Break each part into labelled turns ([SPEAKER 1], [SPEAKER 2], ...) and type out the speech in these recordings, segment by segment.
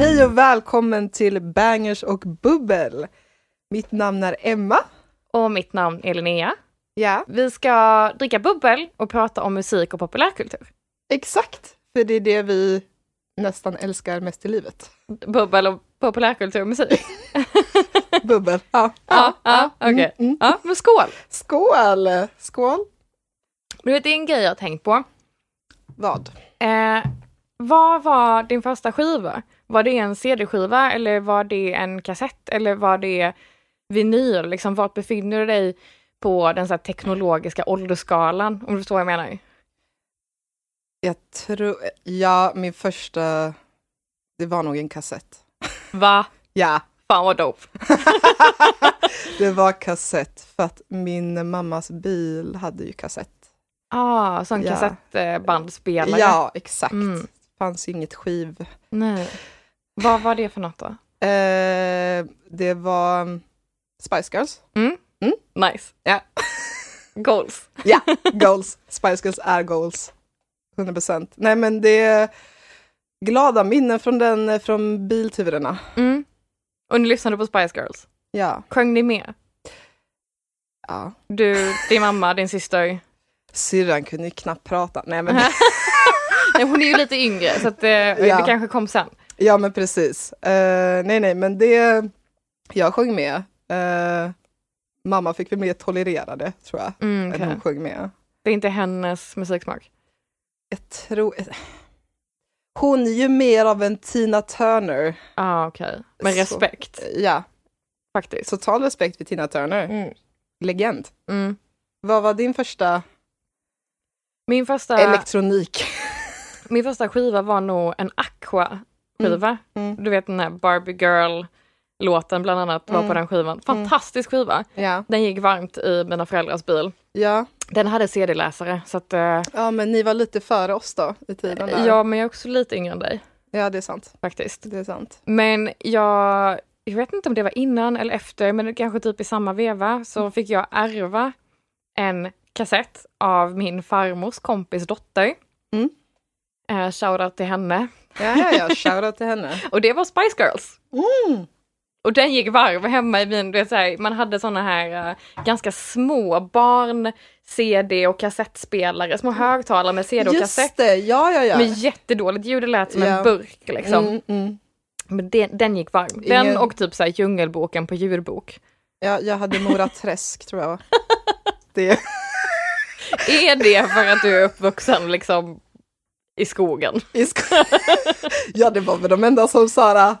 [SPEAKER 1] Hej och välkommen till Bangers och bubbel. Mitt namn är Emma.
[SPEAKER 2] Och mitt namn är Linnea.
[SPEAKER 1] Ja,
[SPEAKER 2] Vi ska dricka bubbel och prata om musik och populärkultur.
[SPEAKER 1] exakt. För det är det vi nästan älskar mest i livet.
[SPEAKER 2] Bubbel och populärkultur och musik.
[SPEAKER 1] Bubbel. Ja.
[SPEAKER 2] ja, ja, okej.
[SPEAKER 1] Mm, mm.
[SPEAKER 2] Ja, men skål!
[SPEAKER 1] Skål! Skål.
[SPEAKER 2] Du vet, det är en grej jag har tänkt på.
[SPEAKER 1] Vad?
[SPEAKER 2] Eh, vad var din första skiva? Var det en CD-skiva eller var det en kassett eller var det vinyl? Liksom, vart befinner du dig på den så här teknologiska åldersskalan? Om du förstår vad jag menar?
[SPEAKER 1] Jag tror... Ja, min första... Det var nog en kassett.
[SPEAKER 2] Va?
[SPEAKER 1] Ja,
[SPEAKER 2] Fan vad dope.
[SPEAKER 1] det var kassett. För att min mammas bil hade ju kassett.
[SPEAKER 2] Ah, sån
[SPEAKER 1] Ja.
[SPEAKER 2] kassettbandspelare.
[SPEAKER 1] Ja, exakt.
[SPEAKER 2] Mm.
[SPEAKER 1] fanns ju inget skiv...
[SPEAKER 2] Nej. Vad var det för något då?
[SPEAKER 1] Eh, det var mm, Spice Girls.
[SPEAKER 2] Nice.
[SPEAKER 1] Ja.
[SPEAKER 2] Goals.
[SPEAKER 1] Ja, goals. Spice Girls är goals. 100 procent. Nej, men det är glada minnen från, den, från bilturerna.
[SPEAKER 2] Mm. Och ni lyssnade på Spice Girls.
[SPEAKER 1] Ja.
[SPEAKER 2] Sjöng ni med?
[SPEAKER 1] ja.
[SPEAKER 2] Du, din mamma, din syster.
[SPEAKER 1] Syrran kunde ju knappt prata. Nej, men,
[SPEAKER 2] Nej, hon är ju lite yngre så att, eh, det kanske kom sen.
[SPEAKER 1] ja, men precis. Eh, nej, nej, men det... Jag sjöng med. Eh, mamma fick väl mer tolerera det, tror jag,
[SPEAKER 2] Mm, okej.
[SPEAKER 1] än hon sjöng med.
[SPEAKER 2] Det är inte hennes musiksmak.
[SPEAKER 1] Jag tror... Hon är ju mer av en Tina Turner.
[SPEAKER 2] Ja, ah, okej. Med
[SPEAKER 1] Så.
[SPEAKER 2] respekt,
[SPEAKER 1] Ja,
[SPEAKER 2] faktiskt.
[SPEAKER 1] total respekt för Tina Turner.
[SPEAKER 2] Mm.
[SPEAKER 1] Legend.
[SPEAKER 2] Mm.
[SPEAKER 1] Vad var din första
[SPEAKER 2] Min, första,
[SPEAKER 1] elektronik?
[SPEAKER 2] min första skiva var nog en Aqua-skiva.
[SPEAKER 1] Mm, mm.
[SPEAKER 2] Du vet den här Barbie Girl-låten bland annat var
[SPEAKER 1] Mm.
[SPEAKER 2] på den skivan. Fantastisk skiva.
[SPEAKER 1] Ja.
[SPEAKER 2] Den gick varmt i mina föräldrars bil.
[SPEAKER 1] Ja.
[SPEAKER 2] Den hade CD-läsare så att eh,
[SPEAKER 1] ja, men ni var lite före oss då i tiden. Där.
[SPEAKER 2] Ja, men jag är också lite yngre än dig
[SPEAKER 1] ja, det är sant.
[SPEAKER 2] faktiskt.
[SPEAKER 1] Det är sant.
[SPEAKER 2] Men jag, jag vet inte om det var innan eller efter, men kanske typ i samma veva
[SPEAKER 1] Mm.
[SPEAKER 2] så fick jag ärva en kassett av min farmors kompis dotter.
[SPEAKER 1] Mm.
[SPEAKER 2] Eh, shoutout till henne.
[SPEAKER 1] Ja, ja, ja. Shoutout till henne.
[SPEAKER 2] Och det var Spice Girls.
[SPEAKER 1] Mm.
[SPEAKER 2] Och den gick varv hemma i min, du vet, så här, man hade såna här eh, ganska små barn CD och kassettspelare, små högtalare med CD och
[SPEAKER 1] Mm. Just
[SPEAKER 2] kassett.
[SPEAKER 1] det, ja, ja, ja.
[SPEAKER 2] Med jättedåligt ljud, det lät som
[SPEAKER 1] Ja.
[SPEAKER 2] en burk liksom.
[SPEAKER 1] Mm, mm.
[SPEAKER 2] Men den, den gick varm.
[SPEAKER 1] Ingen-
[SPEAKER 2] Den och typ så här Djungelboken på djurbok.
[SPEAKER 1] Ja, jag hade Mora Träsk, tror jag. Det.
[SPEAKER 2] Är det för att du är uppvuxen liksom i skogen?
[SPEAKER 1] i sk- ja, det var väl de enda som Sara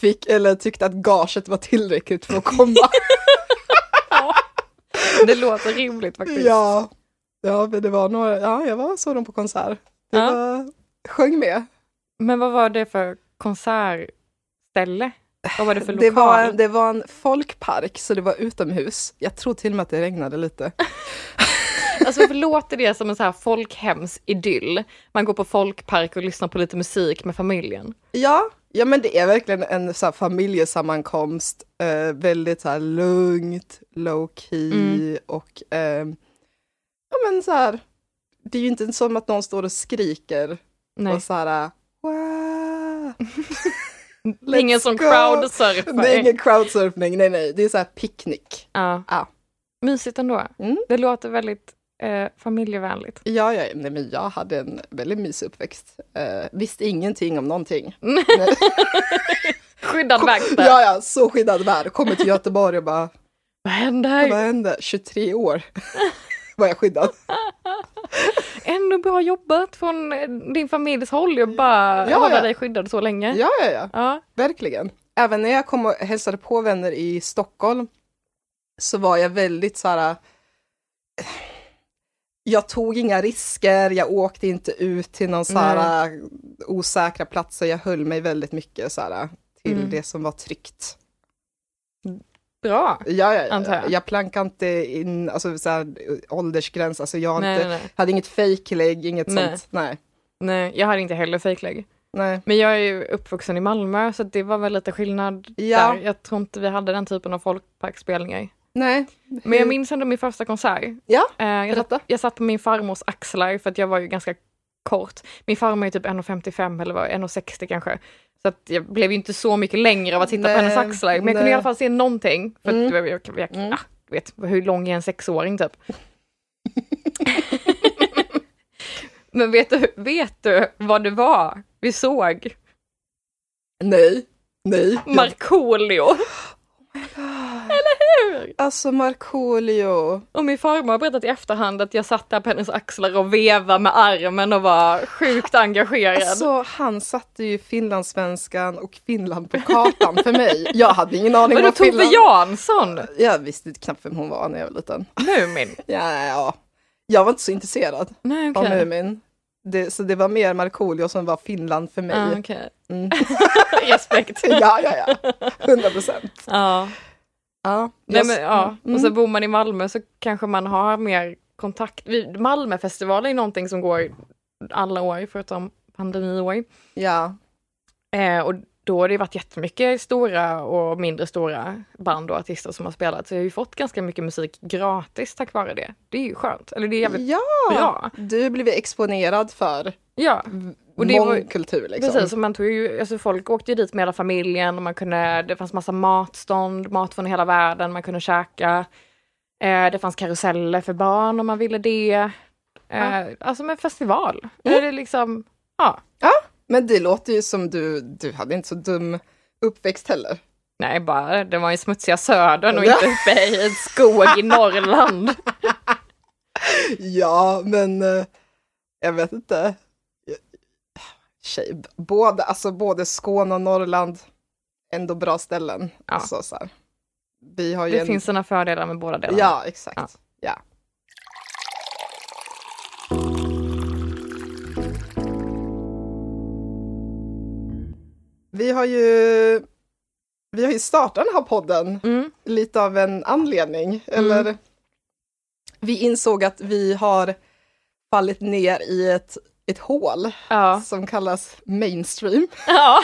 [SPEAKER 1] fick, eller tyckte att gaget var tillräckligt för att komma.
[SPEAKER 2] Det låter rimligt faktiskt.
[SPEAKER 1] Ja, ja men det var några, ja, jag var såg dem på konsert. Det
[SPEAKER 2] Ja.
[SPEAKER 1] var, sjöng med.
[SPEAKER 2] Men vad var det för konsertställe? Vad var det för lokal?
[SPEAKER 1] Det var, en- det var en folkpark, så det var utomhus. Jag tror till och med att det regnade lite.
[SPEAKER 2] Alltså varför låter det som en så här folkhemsidyll? Man går på folkpark och lyssnar på lite musik med familjen.
[SPEAKER 1] Ja, ja men det är verkligen en så här, familjesammankomst. Eh, väldigt så här, lugnt, low key
[SPEAKER 2] Mm.
[SPEAKER 1] och eh, ja men så här, det är ju inte som att någon står och skriker
[SPEAKER 2] Nej.
[SPEAKER 1] och så här, wow.
[SPEAKER 2] Det är ingen som
[SPEAKER 1] go.
[SPEAKER 2] crowdsurfar.
[SPEAKER 1] Det är ingen crowdsurfing, nej nej, det är så här picknick.
[SPEAKER 2] Ja.
[SPEAKER 1] Ja.
[SPEAKER 2] Mysigt ändå.
[SPEAKER 1] Mm.
[SPEAKER 2] Det låter väldigt eh, familjevänligt.
[SPEAKER 1] Ja, ja nej, men jag hade en väldigt mysig uppväxt. Eh, visste ingenting om någonting.
[SPEAKER 2] Skyddad verkstad.
[SPEAKER 1] Ja, ja, så skyddad värld. Kommer till Göteborg och bara,
[SPEAKER 2] Vad händer?
[SPEAKER 1] vad hände? 23 år var jag skyddad.
[SPEAKER 2] Ändå bra jobbat från eh, din familjs håll ju bara
[SPEAKER 1] Ja,
[SPEAKER 2] hålla
[SPEAKER 1] ja.
[SPEAKER 2] dig skyddad så länge.
[SPEAKER 1] Ja, ja, ja,
[SPEAKER 2] Ja.
[SPEAKER 1] verkligen. Även när jag kom och hälsade på vänner i Stockholm så var jag väldigt så här, eh, jag tog inga risker, jag åkte inte ut till någon så här, eh, osäkra äh, platser, jag höll mig väldigt mycket så här, till
[SPEAKER 2] Mm.
[SPEAKER 1] det som var tryggt.
[SPEAKER 2] bra.
[SPEAKER 1] Ja, ja,
[SPEAKER 2] Antar jag.
[SPEAKER 1] jag. jag plankar inte in alltså, så här, åldersgräns, alltså, jag har
[SPEAKER 2] Nej,
[SPEAKER 1] inte,
[SPEAKER 2] nej, nej.
[SPEAKER 1] hade inget fejklägg, inget
[SPEAKER 2] Nej.
[SPEAKER 1] sånt. Nej.
[SPEAKER 2] nej, jag har inte heller fejklägg.
[SPEAKER 1] Nej.
[SPEAKER 2] Men jag är ju uppvuxen i Malmö så det var väl lite skillnad
[SPEAKER 1] Ja.
[SPEAKER 2] där. Jag tror inte vi hade den typen av folkparksspelningar.
[SPEAKER 1] Nej.
[SPEAKER 2] Men jag minns ändå min första konsert.
[SPEAKER 1] Ja,
[SPEAKER 2] Eh, jag,
[SPEAKER 1] berätta.
[SPEAKER 2] satt, jag satt på min farmors axlar för att jag var ju ganska kort. Min farmor är typ 1,55 eller vad, 1,60 kanske. Så att jag blev ju inte så mycket längre av att sitta
[SPEAKER 1] Nej,
[SPEAKER 2] på hennes axlar. Men jag kunde
[SPEAKER 1] nej.
[SPEAKER 2] i alla fall se någonting. För
[SPEAKER 1] Mm.
[SPEAKER 2] att jag, jag, jag,
[SPEAKER 1] Mm.
[SPEAKER 2] ah, du vet, hur lång är en sexåring typ? Men vet du, vet du vad det var vi såg?
[SPEAKER 1] Nej. Nej.
[SPEAKER 2] Markoolio! Eller hur?
[SPEAKER 1] Alltså Markoolio.
[SPEAKER 2] Och min farmor har berättat i efterhand att jag satt där på hennes axlar och vevade med armen och var sjukt engagerad.
[SPEAKER 1] Alltså han satte ju finlandssvenskan och Finland på kartan för mig. Jag hade ingen aning
[SPEAKER 2] Vadå
[SPEAKER 1] vad
[SPEAKER 2] Tove
[SPEAKER 1] Finland...
[SPEAKER 2] Jansson?
[SPEAKER 1] Jag visste knappt vem hon var när jag var liten.
[SPEAKER 2] Mumin?
[SPEAKER 1] Ja, ja. Jag var inte så intresserad
[SPEAKER 2] Nej
[SPEAKER 1] av
[SPEAKER 2] okej.
[SPEAKER 1] Mumin. Det, så det var mer Markoolio som var Finland för mig.
[SPEAKER 2] Ah, okej.
[SPEAKER 1] Mm.
[SPEAKER 2] Respekt.
[SPEAKER 1] ja, ja, ja. 100 procent.
[SPEAKER 2] ja.
[SPEAKER 1] Ja.
[SPEAKER 2] Nej,
[SPEAKER 1] Jag-
[SPEAKER 2] men, ja.
[SPEAKER 1] Mm.
[SPEAKER 2] Och så bor man i Malmö så kanske man har mer kontakt. Vi- Malmöfestivalen är någonting som går alla år förutom pandemiår.
[SPEAKER 1] ja.
[SPEAKER 2] Eh, och då har det varit jättemycket stora och mindre stora band och artister som har spelat. Så jag har ju fått ganska mycket musik gratis tack vare det. Det är ju skönt. Eller det är jävligt
[SPEAKER 1] ja,
[SPEAKER 2] bra.
[SPEAKER 1] du blev exponerad för
[SPEAKER 2] Ja, Och
[SPEAKER 1] och
[SPEAKER 2] det var-
[SPEAKER 1] mångkultur. Liksom.
[SPEAKER 2] precis. Och man tog ju, alltså folk åkte ju dit med hela familjen och man kunde, det fanns massa matstånd, mat från hela världen, man kunde käka. Eh, det fanns karuseller för barn om man ville det. Eh, Alltså med festival. Eller Det är liksom, ja.
[SPEAKER 1] Men det låter ju som du, du hade inte så dum uppväxt heller.
[SPEAKER 2] Nej, bara det var ju smutsiga södern och
[SPEAKER 1] Ja.
[SPEAKER 2] inte uppe i en skog i Norrland.
[SPEAKER 1] Ja, men eh, jag vet inte. Tjej, både, alltså både Skåne och Norrland, ändå bra ställen.
[SPEAKER 2] Ja.
[SPEAKER 1] Alltså, så här. Vi har ju
[SPEAKER 2] Det
[SPEAKER 1] en...
[SPEAKER 2] finns sina fördelar med båda delarna.
[SPEAKER 1] Ja, exakt.
[SPEAKER 2] Ja.
[SPEAKER 1] Ja. Vi har ju vi har ju startat den här podden
[SPEAKER 2] Mm.
[SPEAKER 1] lite av en anledning. Eller Vi insåg att vi har fallit ner i ett, ett hål
[SPEAKER 2] Ja.
[SPEAKER 1] som kallas mainstream.
[SPEAKER 2] ja.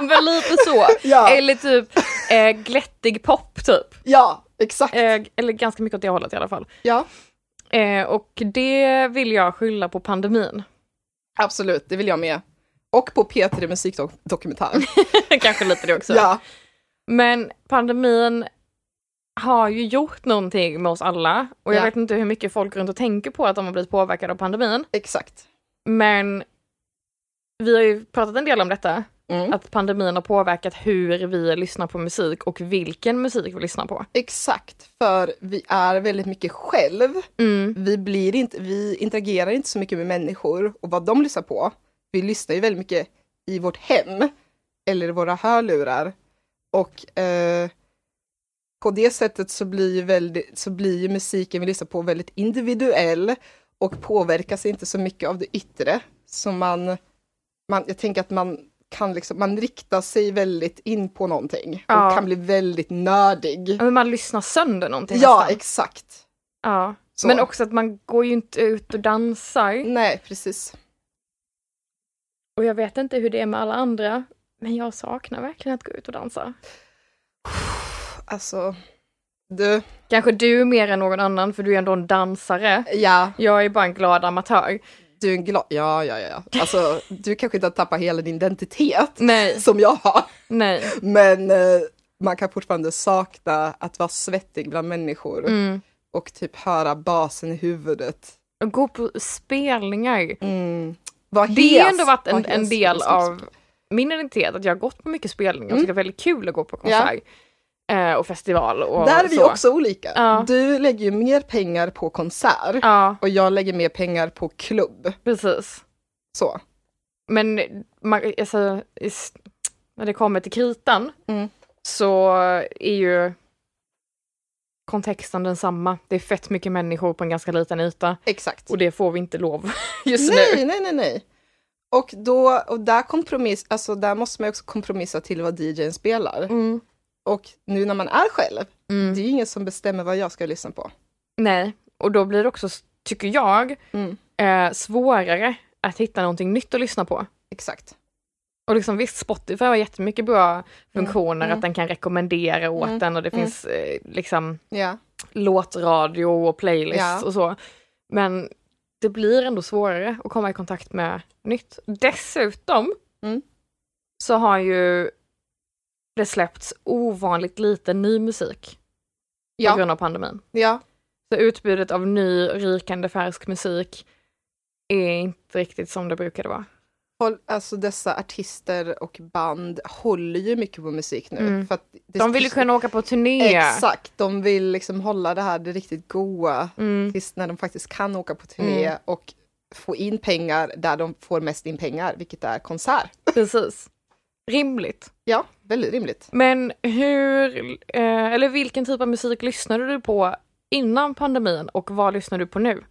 [SPEAKER 2] Men lite så.
[SPEAKER 1] Ja.
[SPEAKER 2] Eller typ eh, glättig pop typ.
[SPEAKER 1] Ja, exakt.
[SPEAKER 2] Eh, eller ganska mycket åt det hållet i alla fall.
[SPEAKER 1] Ja,
[SPEAKER 2] Eh, och det vill jag skylla på pandemin.
[SPEAKER 1] absolut, det vill jag med. Och på P3 Musikdokumentär.
[SPEAKER 2] Kanske lite det också.
[SPEAKER 1] ja.
[SPEAKER 2] Men pandemin har ju gjort någonting med oss alla. Och jag
[SPEAKER 1] Ja.
[SPEAKER 2] vet inte hur mycket folk runt och tänker på att de har blivit påverkade av pandemin.
[SPEAKER 1] Exakt.
[SPEAKER 2] Men vi har ju pratat en del om detta.
[SPEAKER 1] Mm.
[SPEAKER 2] Att pandemin har påverkat hur vi lyssnar på musik och vilken musik vi lyssnar på.
[SPEAKER 1] Exakt, för vi är väldigt mycket själv. Vi, blir inte, vi interagerar inte så mycket med människor och vad de lyssnar på. Vi lyssnar ju väldigt mycket i vårt hem eller i våra hörlurar. Och eh, på det sättet så blir, ju väldigt, så blir ju musiken vi lyssnar på väldigt individuell och påverkas inte så mycket av det yttre. Så man, man, jag tänker att man kan liksom, man riktar sig väldigt in på någonting och
[SPEAKER 2] Ja.
[SPEAKER 1] kan bli väldigt nördig.
[SPEAKER 2] Ja, Men man lyssnar sönder någonting
[SPEAKER 1] Ja,
[SPEAKER 2] nästan.
[SPEAKER 1] exakt.
[SPEAKER 2] Ja.
[SPEAKER 1] Så.
[SPEAKER 2] Men också att man går ju inte ut och dansar.
[SPEAKER 1] Nej, precis.
[SPEAKER 2] Och jag vet inte hur det är med alla andra. Men jag saknar verkligen att gå ut och dansa.
[SPEAKER 1] Alltså, du,
[SPEAKER 2] Kanske du mer än någon annan för du är ändå en dansare.
[SPEAKER 1] ja,
[SPEAKER 2] Jag är bara en glad amatör.
[SPEAKER 1] du är en glad... Ja, ja, ja. ja. Alltså, du kanske inte har tappat hela din identitet,
[SPEAKER 2] Nej,
[SPEAKER 1] som jag har,
[SPEAKER 2] nej.
[SPEAKER 1] men eh, man kan fortfarande sakna att vara svettig bland människor
[SPEAKER 2] Mm.
[SPEAKER 1] och typ höra basen i huvudet.
[SPEAKER 2] Och gå på spelningar.
[SPEAKER 1] Mm. Vad
[SPEAKER 2] Det har ju
[SPEAKER 1] hes-
[SPEAKER 2] ändå varit en,
[SPEAKER 1] vad
[SPEAKER 2] en
[SPEAKER 1] hes-
[SPEAKER 2] del av min identitet, att jag har gått på mycket spelningar och tycker det är väldigt kul att gå på konsert. Eh, och festival och
[SPEAKER 1] Där är vi
[SPEAKER 2] så.
[SPEAKER 1] också olika.
[SPEAKER 2] Ja.
[SPEAKER 1] Du lägger ju mer pengar på konsert
[SPEAKER 2] Ja,
[SPEAKER 1] och jag lägger mer pengar på klubb.
[SPEAKER 2] precis.
[SPEAKER 1] Så.
[SPEAKER 2] Men man, alltså, i s- när det kommer till kritan
[SPEAKER 1] Mm.
[SPEAKER 2] så är ju kontexten densamma. Det är fett mycket människor på en ganska liten yta
[SPEAKER 1] Exakt.
[SPEAKER 2] och det får vi inte lov just nu.
[SPEAKER 1] Nej, nej, nej, nej. Och, då, och där, kompromiss, alltså där måste man ju också kompromissa till vad DJn spelar.
[SPEAKER 2] Mm.
[SPEAKER 1] Och nu när man är själv,
[SPEAKER 2] Mm.
[SPEAKER 1] det är ju ingen som bestämmer vad jag ska lyssna på.
[SPEAKER 2] Nej, och då blir det också, tycker jag,
[SPEAKER 1] Mm.
[SPEAKER 2] eh, svårare att hitta någonting nytt att lyssna på.
[SPEAKER 1] Exakt.
[SPEAKER 2] Och liksom visst, Spotify har jättemycket bra funktioner,
[SPEAKER 1] Mm.
[SPEAKER 2] att den kan rekommendera åt
[SPEAKER 1] Mm.
[SPEAKER 2] den och det
[SPEAKER 1] Mm.
[SPEAKER 2] finns eh, liksom
[SPEAKER 1] Ja.
[SPEAKER 2] låtradio och playlists
[SPEAKER 1] Ja.
[SPEAKER 2] och så. Men det blir ändå svårare att komma i kontakt med nytt. Dessutom
[SPEAKER 1] Mm.
[SPEAKER 2] så har ju det släppts ovanligt lite ny musik på
[SPEAKER 1] Ja.
[SPEAKER 2] grund av pandemin.
[SPEAKER 1] ja.
[SPEAKER 2] Så utbudet av ny, rykande, färsk musik är inte riktigt som det brukade vara.
[SPEAKER 1] Håll, alltså dessa artister och band håller ju mycket på musik nu.
[SPEAKER 2] Mm.
[SPEAKER 1] För att det-
[SPEAKER 2] De vill ju kunna åka på turné.
[SPEAKER 1] Exakt, de vill liksom hålla det här det riktigt goa
[SPEAKER 2] Mm.
[SPEAKER 1] tills när de faktiskt kan åka på turné
[SPEAKER 2] Mm.
[SPEAKER 1] och få in pengar där de får mest in pengar, vilket är konsert.
[SPEAKER 2] Precis. Rimligt.
[SPEAKER 1] Ja, väldigt rimligt.
[SPEAKER 2] Men hur, eh, eller vilken typ av musik lyssnade du på innan pandemin och vad lyssnar du på nu?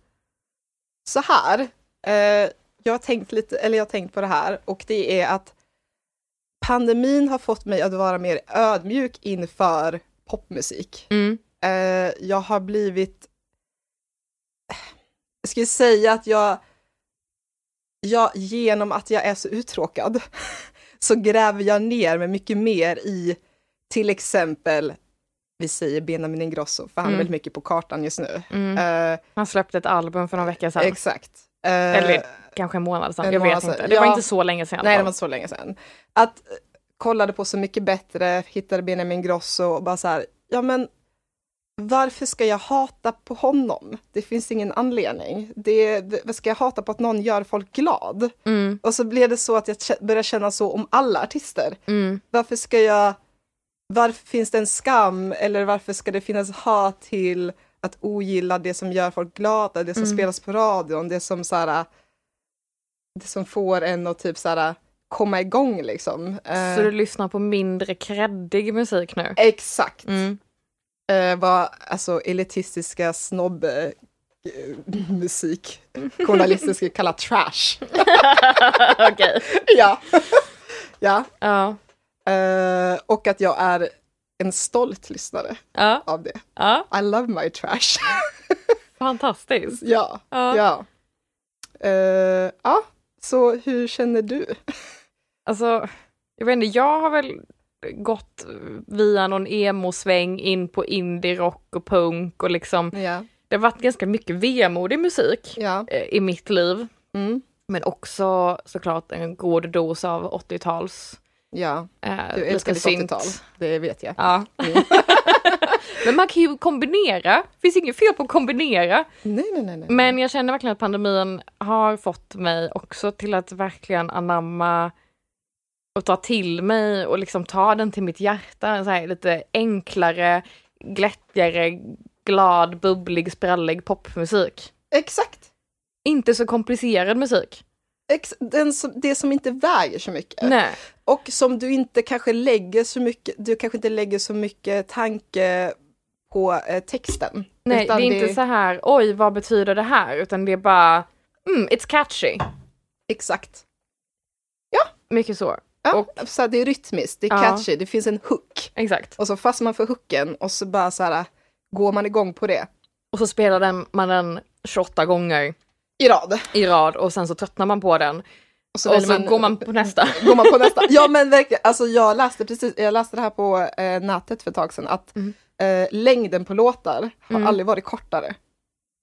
[SPEAKER 1] Så här, eh, jag har tänkt lite, eller jag har tänkt på det här och det är att pandemin har fått mig att vara mer ödmjuk inför popmusik.
[SPEAKER 2] Mm.
[SPEAKER 1] Eh, jag har blivit... eh, Jag skulle säga att jag, jag... Genom att jag är så uttråkad så gräver jag ner mig mycket mer i till exempel, vi säger Benjamin Ingrosso, för han
[SPEAKER 2] Mm.
[SPEAKER 1] är väldigt mycket på kartan just nu.
[SPEAKER 2] Mm.
[SPEAKER 1] Eh,
[SPEAKER 2] Han släppte ett album för någon vecka sedan,
[SPEAKER 1] exakt. Eh,
[SPEAKER 2] Eller- kanske en månad sedan,
[SPEAKER 1] en
[SPEAKER 2] jag
[SPEAKER 1] månad
[SPEAKER 2] vet
[SPEAKER 1] sedan.
[SPEAKER 2] inte. Det var
[SPEAKER 1] Ja.
[SPEAKER 2] inte så länge sedan i alla
[SPEAKER 1] nej, det
[SPEAKER 2] fall.
[SPEAKER 1] var inte så länge sedan. Att eh, kollade på Så mycket bättre, hittade Benjamin Ingrosso och bara så här, ja men varför ska jag hata på honom? Det finns ingen anledning. Det, det, vad ska jag hata på att någon gör folk glad?
[SPEAKER 2] mm.
[SPEAKER 1] Och så blev det så att jag kä- började känna så om alla artister.
[SPEAKER 2] Mm.
[SPEAKER 1] Varför ska jag... Varför finns det en skam eller varför ska det finnas hat till att ogilla det som gör folk glada, det som
[SPEAKER 2] Mm.
[SPEAKER 1] spelas på radion, det som så här, det som får en att typ så här, komma igång liksom. Eh,
[SPEAKER 2] Så du lyssnar på mindre kreddig musik nu?
[SPEAKER 1] Exakt.
[SPEAKER 2] Mm.
[SPEAKER 1] eh, vad alltså, elitistiska snobb eh, musik journalister skulle kalla trash.
[SPEAKER 2] Okej.
[SPEAKER 1] ja. ja.
[SPEAKER 2] Ja.
[SPEAKER 1] Eh, och att jag är en stolt lyssnare
[SPEAKER 2] ja.
[SPEAKER 1] av det.
[SPEAKER 2] Ja.
[SPEAKER 1] I love my trash.
[SPEAKER 2] Fantastiskt.
[SPEAKER 1] ja.
[SPEAKER 2] Ja.
[SPEAKER 1] Ja. Eh, ja. Så hur känner du?
[SPEAKER 2] Alltså, jag vet inte, jag har väl gått via någon emo-sväng in på indie-rock och punk och liksom,
[SPEAKER 1] Ja.
[SPEAKER 2] det har varit ganska mycket vemodig musik
[SPEAKER 1] Ja.
[SPEAKER 2] eh, i mitt liv.
[SPEAKER 1] Mm.
[SPEAKER 2] Men också såklart en god dos av 80-tals.
[SPEAKER 1] Ja.
[SPEAKER 2] Eh,
[SPEAKER 1] Du
[SPEAKER 2] lite
[SPEAKER 1] älskar ditt
[SPEAKER 2] synt.
[SPEAKER 1] 80-tal. Det vet jag.
[SPEAKER 2] Ja.
[SPEAKER 1] Mm.
[SPEAKER 2] Men man kan ju kombinera, det finns inget fel på att kombinera.
[SPEAKER 1] nej, nej, nej. nej.
[SPEAKER 2] Men jag känner verkligen att pandemin har fått mig också till att verkligen anamma och ta till mig och liksom ta den till mitt hjärta. En Så här lite enklare, glättigare, glad, bubblig, sprallig popmusik.
[SPEAKER 1] Exakt.
[SPEAKER 2] Inte så komplicerad musik.
[SPEAKER 1] Ex- den som, det som inte väger så mycket.
[SPEAKER 2] Nej.
[SPEAKER 1] Och som du inte kanske lägger så mycket, du kanske inte lägger så mycket tanke på eh, texten.
[SPEAKER 2] Nej, det
[SPEAKER 1] Utan
[SPEAKER 2] är inte så här, oj, vad betyder det här? Utan det är bara, mm, it's catchy.
[SPEAKER 1] Exakt.
[SPEAKER 2] Mycket så.
[SPEAKER 1] Ja,
[SPEAKER 2] Och-
[SPEAKER 1] så här, det är rytmiskt, det är
[SPEAKER 2] Ja.
[SPEAKER 1] catchy, det finns en hook.
[SPEAKER 2] Exakt.
[SPEAKER 1] Och så fastnar man för hooken och så bara så här, går man igång på det
[SPEAKER 2] Och så spelar den, man den 28 gånger
[SPEAKER 1] i rad.
[SPEAKER 2] i rad och sen så tröttnar man på den.
[SPEAKER 1] Och
[SPEAKER 2] och
[SPEAKER 1] väljer
[SPEAKER 2] så går man på nästa.
[SPEAKER 1] går man på nästa. Ja men verkligen, alltså jag läste precis, jag läste det här på eh, nätet för ett tag sedan, att
[SPEAKER 2] Mm.
[SPEAKER 1] eh, längden på låtar har
[SPEAKER 2] Mm.
[SPEAKER 1] aldrig varit kortare.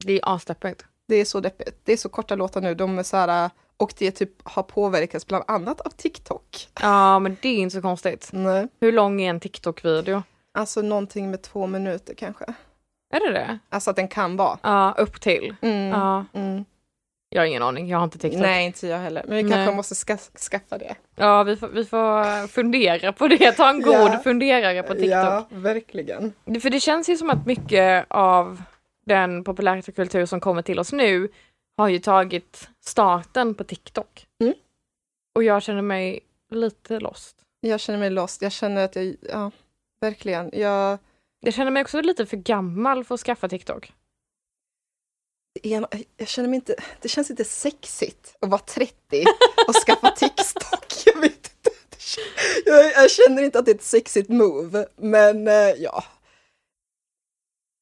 [SPEAKER 2] Det är asdeppigt.
[SPEAKER 1] Det är så deppigt. Det är så korta låtar nu. De är så här, eh, och det typ har påverkats bland annat av TikTok.
[SPEAKER 2] Ja, men det är inte så konstigt.
[SPEAKER 1] Nej.
[SPEAKER 2] Hur lång är en TikTok-video?
[SPEAKER 1] Alltså någonting med två minuter kanske.
[SPEAKER 2] Är det det?
[SPEAKER 1] Alltså att den kan vara.
[SPEAKER 2] Ja, upp till.
[SPEAKER 1] Mm.
[SPEAKER 2] Ja,
[SPEAKER 1] Mm.
[SPEAKER 2] jag har ingen aning, jag har inte TikTok.
[SPEAKER 1] Nej, inte jag heller. Men vi
[SPEAKER 2] Nej.
[SPEAKER 1] kanske måste ska skaffa det.
[SPEAKER 2] Ja, vi får, vi får fundera på det. Ta en god
[SPEAKER 1] Ja.
[SPEAKER 2] funderare på TikTok.
[SPEAKER 1] Ja, verkligen.
[SPEAKER 2] Det- För det känns ju som att mycket av den populärkultur som kommer till oss nu har ju tagit starten på TikTok.
[SPEAKER 1] Mm.
[SPEAKER 2] Och jag känner mig lite lost.
[SPEAKER 1] Jag känner mig lost. Jag känner att jag, ja, verkligen. Jag,
[SPEAKER 2] Jag känner mig också lite för gammal för att skaffa TikTok.
[SPEAKER 1] det är en- jag känner mig inte, det känns inte sexigt att vara 30 och skaffa TikTok. Jag vet inte. Det jag, jag känner inte att det är ett sexigt move, men eh, ja.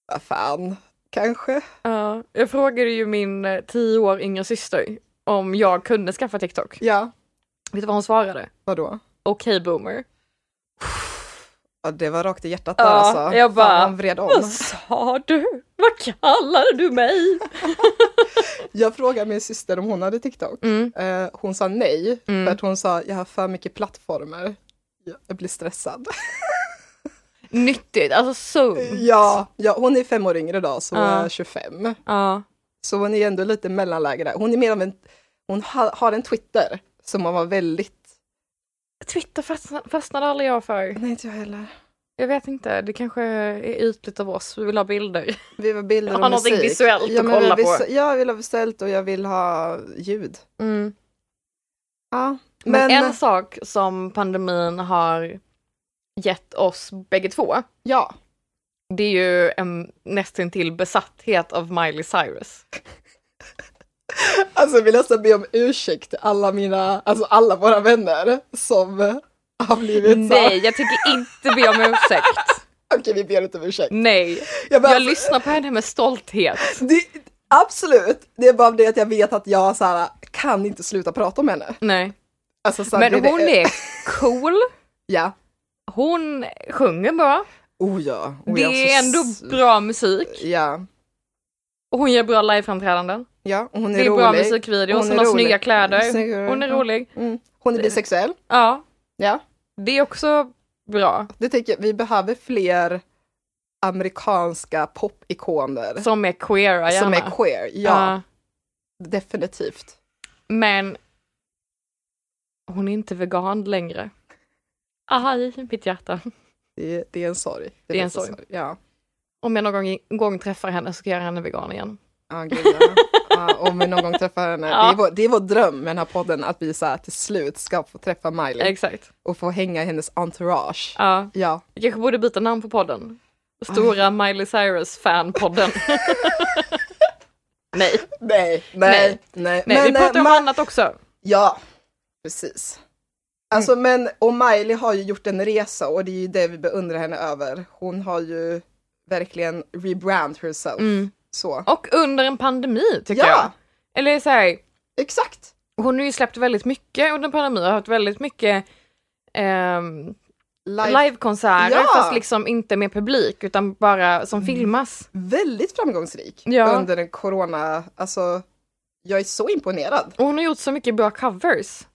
[SPEAKER 1] Vad fan, kanske.
[SPEAKER 2] Ja, jag frågade ju min eh, tio år yngre syster om jag kunde skaffa TikTok.
[SPEAKER 1] Ja,
[SPEAKER 2] Vet du vad hon svarade?
[SPEAKER 1] vadå?
[SPEAKER 2] Okej boomer.
[SPEAKER 1] Ja, det var rakt i hjärtat
[SPEAKER 2] Ja,
[SPEAKER 1] där alltså.
[SPEAKER 2] jag bara,
[SPEAKER 1] Fan, han vred om.
[SPEAKER 2] Vad sa du? Vad kallade du mig?
[SPEAKER 1] Jag frågade min syster om hon hade TikTok.
[SPEAKER 2] Mm.
[SPEAKER 1] Eh, hon sa nej,
[SPEAKER 2] Mm.
[SPEAKER 1] för att hon sa jag har för mycket plattformar. Jag blir stressad.
[SPEAKER 2] Nyttigt, alltså sunt.
[SPEAKER 1] Ja, ja, hon är fem år yngre idag, så
[SPEAKER 2] Ja.
[SPEAKER 1] uh. 25.
[SPEAKER 2] Ja.
[SPEAKER 1] Så hon är ändå lite mellanläge där. Hon är mer av en, hon ha, har en Twitter som hon var väldigt,
[SPEAKER 2] Twitter fastnade, fastnade aldrig jag för.
[SPEAKER 1] nej inte jag heller.
[SPEAKER 2] Jag vet inte, det kanske är ytligt av oss. Vi vill ha bilder.
[SPEAKER 1] Vi var bilder
[SPEAKER 2] Jag
[SPEAKER 1] och
[SPEAKER 2] har någonting
[SPEAKER 1] musik.
[SPEAKER 2] visuellt att
[SPEAKER 1] men vi
[SPEAKER 2] kolla på.
[SPEAKER 1] visu- Ja, jag vill ha visuellt och jag vill ha ljud.
[SPEAKER 2] Mm.
[SPEAKER 1] Ja,
[SPEAKER 2] Men,
[SPEAKER 1] men,
[SPEAKER 2] en sak som pandemin har gett oss bägge två,
[SPEAKER 1] ja,
[SPEAKER 2] det är ju en nästintill besatthet av Miley Cyrus.
[SPEAKER 1] alltså jag vill nästan be om ursäkt till alla mina, alltså alla våra vänner som eh, har blivit så.
[SPEAKER 2] Nej, jag tänker inte be om ursäkt.
[SPEAKER 1] Okej, vi ber inte om ursäkt.
[SPEAKER 2] Nej,
[SPEAKER 1] Jag bara-
[SPEAKER 2] Mm. jag lyssnar på henne med stolthet.
[SPEAKER 1] Det, absolut, det är bara det att jag vet att jag så här, kan inte sluta prata om henne.
[SPEAKER 2] Nej,
[SPEAKER 1] Alltså, så här,
[SPEAKER 2] men
[SPEAKER 1] det-
[SPEAKER 2] hon är cool.
[SPEAKER 1] Ja.
[SPEAKER 2] Hon sjunger bra.
[SPEAKER 1] Oh ja. Oh,
[SPEAKER 2] Det
[SPEAKER 1] jag
[SPEAKER 2] är
[SPEAKER 1] så
[SPEAKER 2] ändå
[SPEAKER 1] s-
[SPEAKER 2] bra musik.
[SPEAKER 1] Ja.
[SPEAKER 2] Och hon gör bra liveframträdanden.
[SPEAKER 1] Ja, hon är
[SPEAKER 2] Det är
[SPEAKER 1] rolig.
[SPEAKER 2] bra musikvideos, hon
[SPEAKER 1] är
[SPEAKER 2] har
[SPEAKER 1] rolig.
[SPEAKER 2] snygga kläder.
[SPEAKER 1] Snygg-
[SPEAKER 2] Hon är rolig.
[SPEAKER 1] Mm. Hon är bisexuell.
[SPEAKER 2] Ja,
[SPEAKER 1] Ja.
[SPEAKER 2] det är också bra.
[SPEAKER 1] Det tycker jag, vi behöver fler amerikanska popikoner
[SPEAKER 2] Som är queera gärna.
[SPEAKER 1] som är queer. Ja, definitivt.
[SPEAKER 2] Men hon är inte vegan längre. Aj, mitt hjärta.
[SPEAKER 1] Det, det är en sorg.
[SPEAKER 2] Det är en
[SPEAKER 1] lite
[SPEAKER 2] sorg.
[SPEAKER 1] Ja.
[SPEAKER 2] Om jag någon gång- gång träffar henne så ska jag göra henne vegan igen.
[SPEAKER 1] Ja, gud, ja. ja, om vi någon gång träffar henne.
[SPEAKER 2] Ja.
[SPEAKER 1] Det, är vår, det är vår dröm med den här podden, att vi så här, till slut ska få träffa Miley
[SPEAKER 2] Exakt.
[SPEAKER 1] och få hänga i hennes entourage.
[SPEAKER 2] Ja.
[SPEAKER 1] Ja,
[SPEAKER 2] Jag kanske borde byta namn på podden. Stora Miley Cyrus-fanpodden. nej,
[SPEAKER 1] Nej,
[SPEAKER 2] Nej.
[SPEAKER 1] nej,
[SPEAKER 2] nej, vi pratar om
[SPEAKER 1] eh, Ma-
[SPEAKER 2] annat också.
[SPEAKER 1] Ja, precis. Alltså
[SPEAKER 2] Mm.
[SPEAKER 1] men, och Miley har ju gjort en resa och det är ju det vi beundrar henne över. Hon har ju verkligen rebrand herself.
[SPEAKER 2] Mm.
[SPEAKER 1] Så.
[SPEAKER 2] Och under en pandemi tycker
[SPEAKER 1] Ja.
[SPEAKER 2] jag. Eller så här,
[SPEAKER 1] Exakt!
[SPEAKER 2] hon har ju släppt väldigt mycket under pandemin, har haft väldigt mycket ehm,
[SPEAKER 1] Life.
[SPEAKER 2] livekonserter
[SPEAKER 1] Ja. Mm.
[SPEAKER 2] fast liksom inte med publik utan bara som filmas.
[SPEAKER 1] Väldigt framgångsrik
[SPEAKER 2] Ja.
[SPEAKER 1] under den corona, alltså jag är så imponerad.
[SPEAKER 2] Och hon har gjort så mycket bra covers.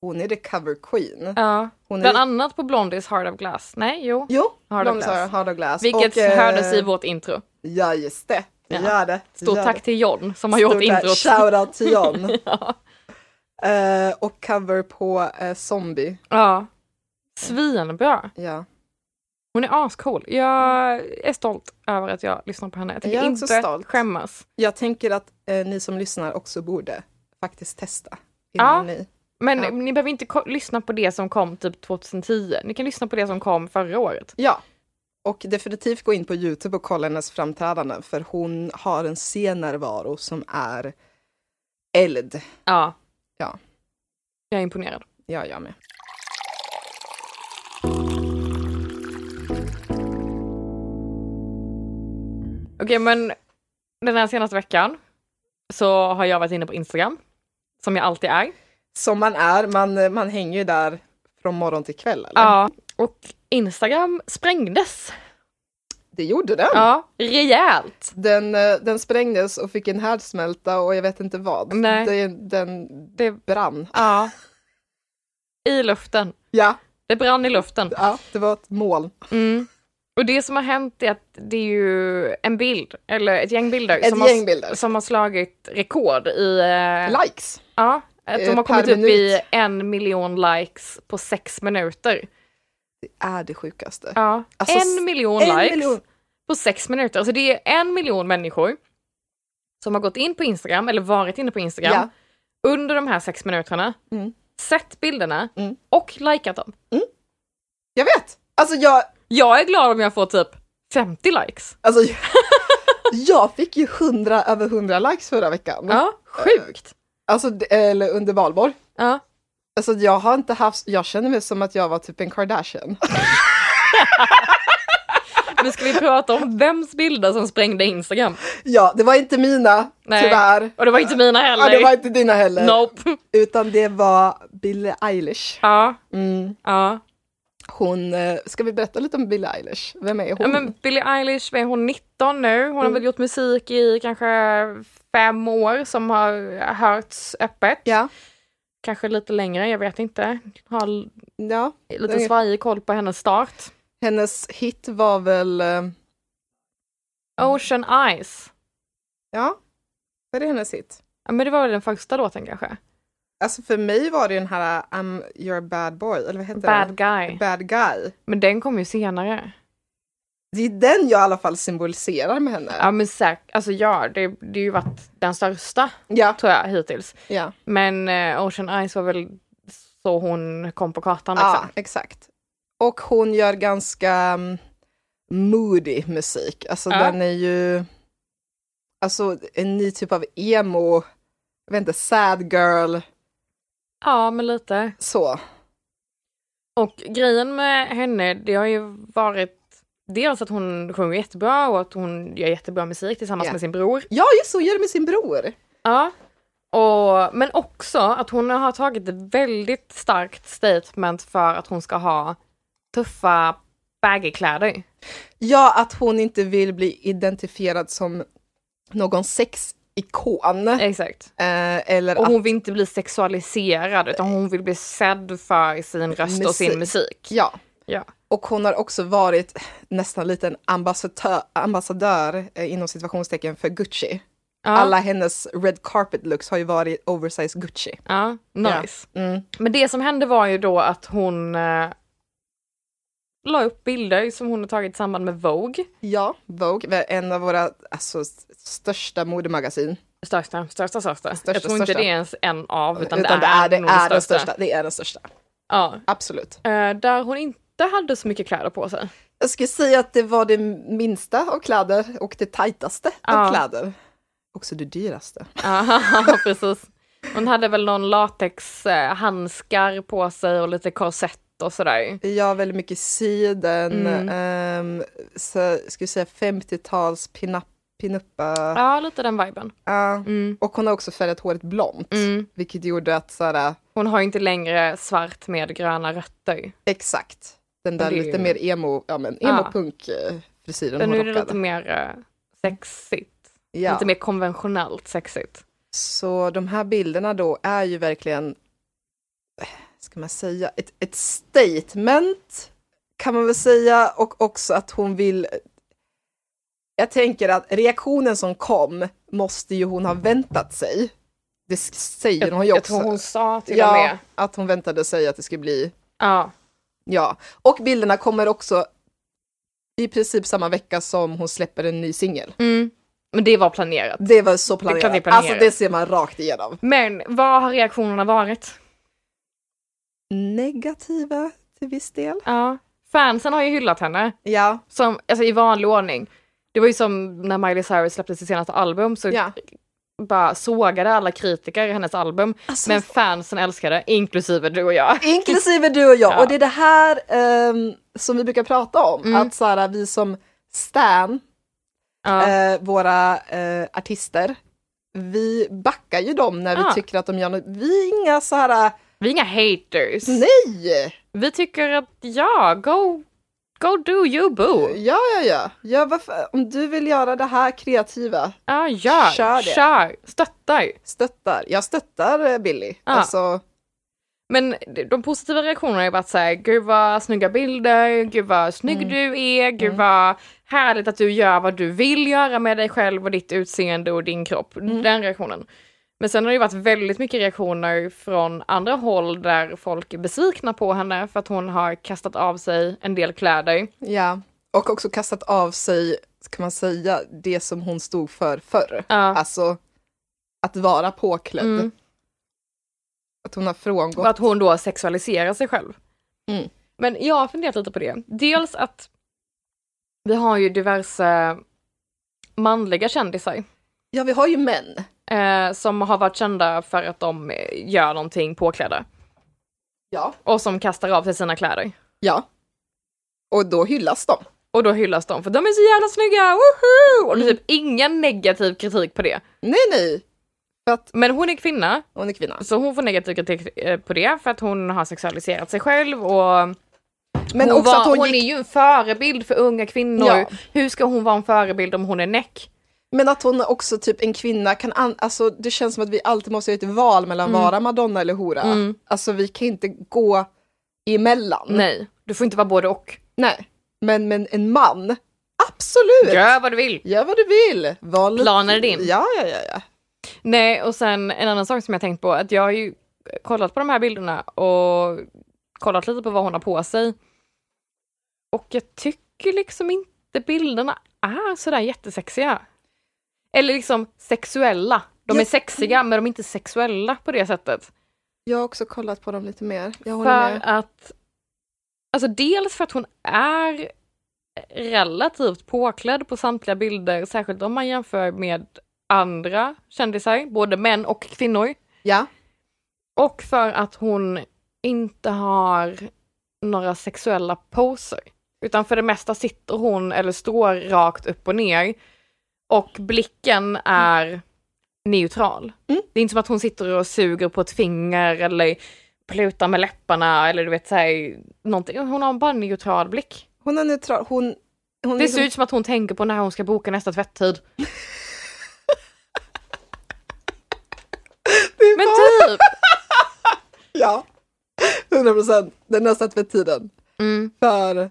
[SPEAKER 1] Hon är the cover queen.
[SPEAKER 2] Ja.
[SPEAKER 1] Hon
[SPEAKER 2] Bland
[SPEAKER 1] är...
[SPEAKER 2] annat på Blondies Heart of Glass. Nej, jo.
[SPEAKER 1] Jo,
[SPEAKER 2] Hard of
[SPEAKER 1] Blondes
[SPEAKER 2] Glass.
[SPEAKER 1] Hard of Glass.
[SPEAKER 2] Vilket
[SPEAKER 1] Och, eh,
[SPEAKER 2] hördes i vårt intro.
[SPEAKER 1] Ja, just det.
[SPEAKER 2] Ja.
[SPEAKER 1] Gör det.
[SPEAKER 2] Stort
[SPEAKER 1] Gör
[SPEAKER 2] tack
[SPEAKER 1] det.
[SPEAKER 2] till John som har gjort
[SPEAKER 1] Stort tack.
[SPEAKER 2] introt.
[SPEAKER 1] Shoutout till John.
[SPEAKER 2] ja.
[SPEAKER 1] Eh, och cover på eh, Zombie.
[SPEAKER 2] ja. Svinbra.
[SPEAKER 1] Ja.
[SPEAKER 2] Hon är ascool. Jag är stolt över att jag lyssnar på henne. Jag tänker
[SPEAKER 1] Jag är också
[SPEAKER 2] inte
[SPEAKER 1] stolt.
[SPEAKER 2] skämmas.
[SPEAKER 1] Jag tänker att eh, ni som lyssnar också borde faktiskt testa.
[SPEAKER 2] Ja.
[SPEAKER 1] Innan ni.
[SPEAKER 2] Men
[SPEAKER 1] Ja.
[SPEAKER 2] ni behöver inte ko- lyssna på det som kom typ 2010. Ni kan lyssna på det som kom förra året.
[SPEAKER 1] ja. Och definitivt gå in på Youtube och kolla hennes framträdanden för hon har en scennärvaro som är eld.
[SPEAKER 2] Ja.
[SPEAKER 1] Ja.
[SPEAKER 2] Jag är imponerad.
[SPEAKER 1] Ja, jag med.
[SPEAKER 2] Okej, men den här senaste veckan så har jag varit inne på Instagram, som jag alltid är.
[SPEAKER 1] Som man är, man, man hänger ju där från morgon till kväll. Eller?
[SPEAKER 2] Ja. Och Instagram sprängdes.
[SPEAKER 1] Det gjorde den.
[SPEAKER 2] Ja, rejält.
[SPEAKER 1] Den, eh, den sprängdes och fick en härdsmälta och jag vet inte vad.
[SPEAKER 2] Nej.
[SPEAKER 1] Det, den
[SPEAKER 2] Det,
[SPEAKER 1] brann.
[SPEAKER 2] ja. I luften.
[SPEAKER 1] Ja,
[SPEAKER 2] Det brann i luften.
[SPEAKER 1] ja, det var ett moln.
[SPEAKER 2] Mm. Och det som har hänt är att det är ju en bild, eller ett gäng bilder,
[SPEAKER 1] Ett
[SPEAKER 2] som,
[SPEAKER 1] gäng
[SPEAKER 2] har,
[SPEAKER 1] bilder.
[SPEAKER 2] som har slagit rekord i... eh,
[SPEAKER 1] Likes.
[SPEAKER 2] ja, att de
[SPEAKER 1] eh,
[SPEAKER 2] har kommit
[SPEAKER 1] per
[SPEAKER 2] upp i
[SPEAKER 1] minut.
[SPEAKER 2] en miljon likes på sex minuter.
[SPEAKER 1] Det är det sjukaste.
[SPEAKER 2] Ja.
[SPEAKER 1] Alltså,
[SPEAKER 2] en miljon
[SPEAKER 1] en
[SPEAKER 2] likes
[SPEAKER 1] miljon.
[SPEAKER 2] på sex minuter. Alltså det är en miljon människor som har gått in på Instagram, eller varit inne på Instagram,
[SPEAKER 1] Ja.
[SPEAKER 2] under de här sex minuterna,
[SPEAKER 1] Mm.
[SPEAKER 2] sett bilderna
[SPEAKER 1] Mm.
[SPEAKER 2] och likat dem.
[SPEAKER 1] Jag vet! Alltså jag,
[SPEAKER 2] Jag är glad om jag får typ 50 likes.
[SPEAKER 1] alltså, jag- jag fick ju 100 över 100 likes förra veckan.
[SPEAKER 2] Ja, sjukt.
[SPEAKER 1] Alltså, det- eller under valborg.
[SPEAKER 2] Ja.
[SPEAKER 1] Alltså jag har inte haft, jag känner mig som att jag var typ en Kardashian.
[SPEAKER 2] Men ska vi prata om vems bilder som sprängde Instagram?
[SPEAKER 1] Ja, det var inte mina,
[SPEAKER 2] Nej.
[SPEAKER 1] tyvärr.
[SPEAKER 2] Och det var inte mina
[SPEAKER 1] Ja,
[SPEAKER 2] heller.
[SPEAKER 1] det var inte dina heller.
[SPEAKER 2] Nope.
[SPEAKER 1] Utan det var Billie Eilish.
[SPEAKER 2] Ja,
[SPEAKER 1] Mm.
[SPEAKER 2] ja.
[SPEAKER 1] Hon, eh, ska vi berätta lite om Billie Eilish? Vem är hon?
[SPEAKER 2] ja men Billie Eilish, vad är hon 19 nu? Hon har
[SPEAKER 1] Mm.
[SPEAKER 2] väl gjort musik i kanske fem år som har hörts öppet.
[SPEAKER 1] ja.
[SPEAKER 2] Kanske lite längre, jag vet inte. Har l-
[SPEAKER 1] ja,
[SPEAKER 2] lite
[SPEAKER 1] Det är-
[SPEAKER 2] svajig koll på hennes start.
[SPEAKER 1] hennes hit var väl, eh, Mm.
[SPEAKER 2] Ocean Eyes.
[SPEAKER 1] ja, är det hennes hit?
[SPEAKER 2] Ja, men det var väl den första låten kanske?
[SPEAKER 1] Alltså för mig var det ju den här eh, I'm your bad boy, eller vad heter den?
[SPEAKER 2] Bad Guy.
[SPEAKER 1] Bad guy.
[SPEAKER 2] Men den kom ju senare.
[SPEAKER 1] Det är den jag i alla fall symboliserar med henne.
[SPEAKER 2] Ja men säkert, alltså ja, det, det har ju varit den största
[SPEAKER 1] Ja,
[SPEAKER 2] tror jag hittills.
[SPEAKER 1] ja,
[SPEAKER 2] Men eh, Ocean Eyes var väl så hon kom på kartan
[SPEAKER 1] ja
[SPEAKER 2] liksom.
[SPEAKER 1] exakt. Och hon gör ganska mm, moody musik. Alltså
[SPEAKER 2] Ja.
[SPEAKER 1] den är ju, alltså en ny typ av emo, jag vet inte, sad girl,
[SPEAKER 2] Ja men lite.
[SPEAKER 1] så.
[SPEAKER 2] Och grejen med henne, det har ju varit dels att hon sjunger jättebra och att hon gör jättebra musik tillsammans
[SPEAKER 1] Ja.
[SPEAKER 2] med sin bror.
[SPEAKER 1] Ja, just så, gör det med sin bror.
[SPEAKER 2] Ja. Och, men också att hon har tagit ett väldigt starkt statement för att hon ska ha tuffa baggy-kläder.
[SPEAKER 1] Ja, att hon inte vill bli identifierad som någon sexikon. Eh,
[SPEAKER 2] Exakt.
[SPEAKER 1] eller
[SPEAKER 2] Och
[SPEAKER 1] att,
[SPEAKER 2] hon vill inte bli sexualiserad utan hon vill bli sedd för sin röst och sin musik.
[SPEAKER 1] ja.
[SPEAKER 2] Ja.
[SPEAKER 1] Och hon har också varit nästan lite en ambassadör, ambassadör eh, inom situationstecken för Gucci.
[SPEAKER 2] Ja,
[SPEAKER 1] Alla hennes red carpet looks har ju varit oversized Gucci.
[SPEAKER 2] ja nice.
[SPEAKER 1] Mm.
[SPEAKER 2] Men det som hände var ju då att hon eh, la upp bilder som hon har tagit i samband med Vogue.
[SPEAKER 1] Ja, Vogue, väl en av våra alltså, s- största modemagasin.
[SPEAKER 2] Största, största, största. Jag tror inte
[SPEAKER 1] största.
[SPEAKER 2] det är ens en av, utan,
[SPEAKER 1] Utan
[SPEAKER 2] det är,
[SPEAKER 1] det är,
[SPEAKER 2] nog
[SPEAKER 1] den största. Det är den största,
[SPEAKER 2] Ja.
[SPEAKER 1] absolut.
[SPEAKER 2] Eh, där hon inte hade så mycket kläder på sig.
[SPEAKER 1] Jag skulle säga att det var det minsta av kläder och det tajtaste
[SPEAKER 2] Ja.
[SPEAKER 1] av kläder. Också det dyraste.
[SPEAKER 2] Ja, precis. Hon hade väl någon latexhandskar på sig och lite korsett och sådär.
[SPEAKER 1] Jag har väldigt mycket siden,
[SPEAKER 2] Mm.
[SPEAKER 1] ehm, så, skulle säga 50-tals pinup- pinuppa.
[SPEAKER 2] Ja, lite den viben.
[SPEAKER 1] Ja.
[SPEAKER 2] Mm.
[SPEAKER 1] Och hon har också färgat håret blont,
[SPEAKER 2] Mm.
[SPEAKER 1] vilket gjorde att såhär,
[SPEAKER 2] Hon har ju inte längre svart med gröna rötter.
[SPEAKER 1] exakt, den där
[SPEAKER 2] det är
[SPEAKER 1] lite
[SPEAKER 2] ju-
[SPEAKER 1] mer emo, ja men
[SPEAKER 2] Ja.
[SPEAKER 1] emo-punk eh, frisyren
[SPEAKER 2] Men
[SPEAKER 1] hon
[SPEAKER 2] nu är det lite
[SPEAKER 1] rockade.
[SPEAKER 2] mer eh, sexigt.
[SPEAKER 1] Ja.
[SPEAKER 2] Lite mer konventionellt sexigt.
[SPEAKER 1] Så de här bilderna då är ju verkligen, eh, ska man säga, ett, ett statement kan man väl säga och också att hon vill jag tänker att reaktionen som kom måste ju hon ha väntat sig. Det s- säger hon ju
[SPEAKER 2] jag
[SPEAKER 1] också.
[SPEAKER 2] tror hon sa till och
[SPEAKER 1] ja,
[SPEAKER 2] med.
[SPEAKER 1] att hon väntade sig att det skulle bli
[SPEAKER 2] Ja,
[SPEAKER 1] Ja, och bilderna kommer också i princip samma vecka som hon släpper en ny singel.
[SPEAKER 2] mm. Men det var planerat.
[SPEAKER 1] Det var så
[SPEAKER 2] klart det är
[SPEAKER 1] planerat.
[SPEAKER 2] planerat.
[SPEAKER 1] Alltså det ser man rakt igenom.
[SPEAKER 2] Men vad har reaktionerna varit?
[SPEAKER 1] Negativa till viss del.
[SPEAKER 2] Ja. Fansen har ju hyllat henne,
[SPEAKER 1] Ja,
[SPEAKER 2] som, alltså i vanlig ordning. Det var ju som när Miley Cyrus släppte sitt senaste album så
[SPEAKER 1] ja.
[SPEAKER 2] bara sågade alla kritiker i hennes album.
[SPEAKER 1] Alltså,
[SPEAKER 2] Men fansen älskade, inklusive du och jag.
[SPEAKER 1] Inklusive du och jag.
[SPEAKER 2] Ja.
[SPEAKER 1] Och det är det här ehm, som vi brukar prata om.
[SPEAKER 2] Mm.
[SPEAKER 1] Att så här, vi som stan,
[SPEAKER 2] Ja.
[SPEAKER 1] eh, våra eh, artister, vi backar ju dem när vi
[SPEAKER 2] Ja.
[SPEAKER 1] tycker att de gör något. Vi är inga så här,
[SPEAKER 2] Vi är inga haters.
[SPEAKER 1] nej!
[SPEAKER 2] Vi tycker att ja, go, go do you boo.
[SPEAKER 1] Ja, ja, ja. ja varför, om du vill göra det här kreativa,
[SPEAKER 2] Ja, gör, kör,
[SPEAKER 1] Kör
[SPEAKER 2] det.
[SPEAKER 1] det.
[SPEAKER 2] kör, stöttar.
[SPEAKER 1] stöttar. Jag stöttar eh, Billy.
[SPEAKER 2] Ja.
[SPEAKER 1] Alltså,
[SPEAKER 2] Men de positiva reaktionerna har varit så här, gud vad snygga bilder, gud vad snygg du är, gud vad härligt att du gör vad du vill göra med dig själv och ditt utseende och din kropp. Den reaktionen. Men sen har det ju varit väldigt mycket reaktioner från andra håll där folk är besvikna på henne för att hon har kastat av sig en del kläder.
[SPEAKER 1] ja. Och också kastat av sig, kan man säga, det som hon stod för förr.
[SPEAKER 2] Ja.
[SPEAKER 1] Alltså, att vara påklädd.
[SPEAKER 2] Mm.
[SPEAKER 1] Att hon har frångått.
[SPEAKER 2] Och att hon då sexualiserar sig själv.
[SPEAKER 1] Mm.
[SPEAKER 2] Men jag har funderat lite på det. Dels att vi har ju diverse manliga kändisar
[SPEAKER 1] Ja, vi har ju män.
[SPEAKER 2] eh, som har varit kända för att de eh, gör någonting påklädda.
[SPEAKER 1] Ja.
[SPEAKER 2] och som kastar av sig sina kläder.
[SPEAKER 1] Ja. Och då hyllas de.
[SPEAKER 2] Och då hyllas de för de är så jävla snygga, woho! Och det är typ ingen negativ kritik på det.
[SPEAKER 1] Nej, nej,
[SPEAKER 2] Men hon är kvinna,
[SPEAKER 1] hon är kvinna.
[SPEAKER 2] så hon får negativ kritik eh, på det för att hon har sexualiserat sig själv och
[SPEAKER 1] Men
[SPEAKER 2] hon,
[SPEAKER 1] också
[SPEAKER 2] var,
[SPEAKER 1] att
[SPEAKER 2] hon,
[SPEAKER 1] hon, gick,
[SPEAKER 2] är ju en förebild för unga kvinnor.
[SPEAKER 1] Ja.
[SPEAKER 2] Hur ska hon vara en förebild om hon är näck?
[SPEAKER 1] men att hon också typ en kvinna kan, an, alltså det känns som att vi alltid måste göra ett val mellan att vara Madonna eller hora.
[SPEAKER 2] Mm.
[SPEAKER 1] Alltså vi kan inte gå emellan.
[SPEAKER 2] Nej, du får inte vara både och.
[SPEAKER 1] Nej. Men, men en man, absolut!
[SPEAKER 2] Gör vad du vill.
[SPEAKER 1] Gör vad du vill! Valet...
[SPEAKER 2] Planen är din.
[SPEAKER 1] Ja, ja, ja, ja.
[SPEAKER 2] Nej, och sen en annan sak som jag tänkt på, att jag har ju kollat på de här bilderna och kollat lite på vad hon har på sig. Och jag tycker liksom inte bilderna är sådär jättesexiga. Eller liksom sexuella. De är
[SPEAKER 1] Jag-
[SPEAKER 2] sexiga, men de är inte sexuella på det sättet.
[SPEAKER 1] Jag har också kollat på dem lite mer. Jag håller
[SPEAKER 2] För
[SPEAKER 1] med.
[SPEAKER 2] att, alltså dels för att hon är relativt påklädd på samtliga bilder, särskilt om man jämför med andra kändisar, både män och kvinnor.
[SPEAKER 1] Ja.
[SPEAKER 2] Och för att hon inte har några sexuella poser. Utan för det mesta sitter hon eller står rakt upp och ner. Och blicken är neutral.
[SPEAKER 1] Mm.
[SPEAKER 2] Det är inte som att hon sitter och suger på ett finger eller plutar med läpparna eller du vet såhär, någonting. Hon har bara en neutral blick.
[SPEAKER 1] Hon är neutral. Hon, hon
[SPEAKER 2] Det
[SPEAKER 1] liksom-
[SPEAKER 2] ser ut som att hon tänker på när hon ska boka nästa tvättid.
[SPEAKER 1] Det är
[SPEAKER 2] Men
[SPEAKER 1] bara-
[SPEAKER 2] typ!
[SPEAKER 1] Ja, 100 procent. Den har satt vid tiden
[SPEAKER 2] Mm,
[SPEAKER 1] för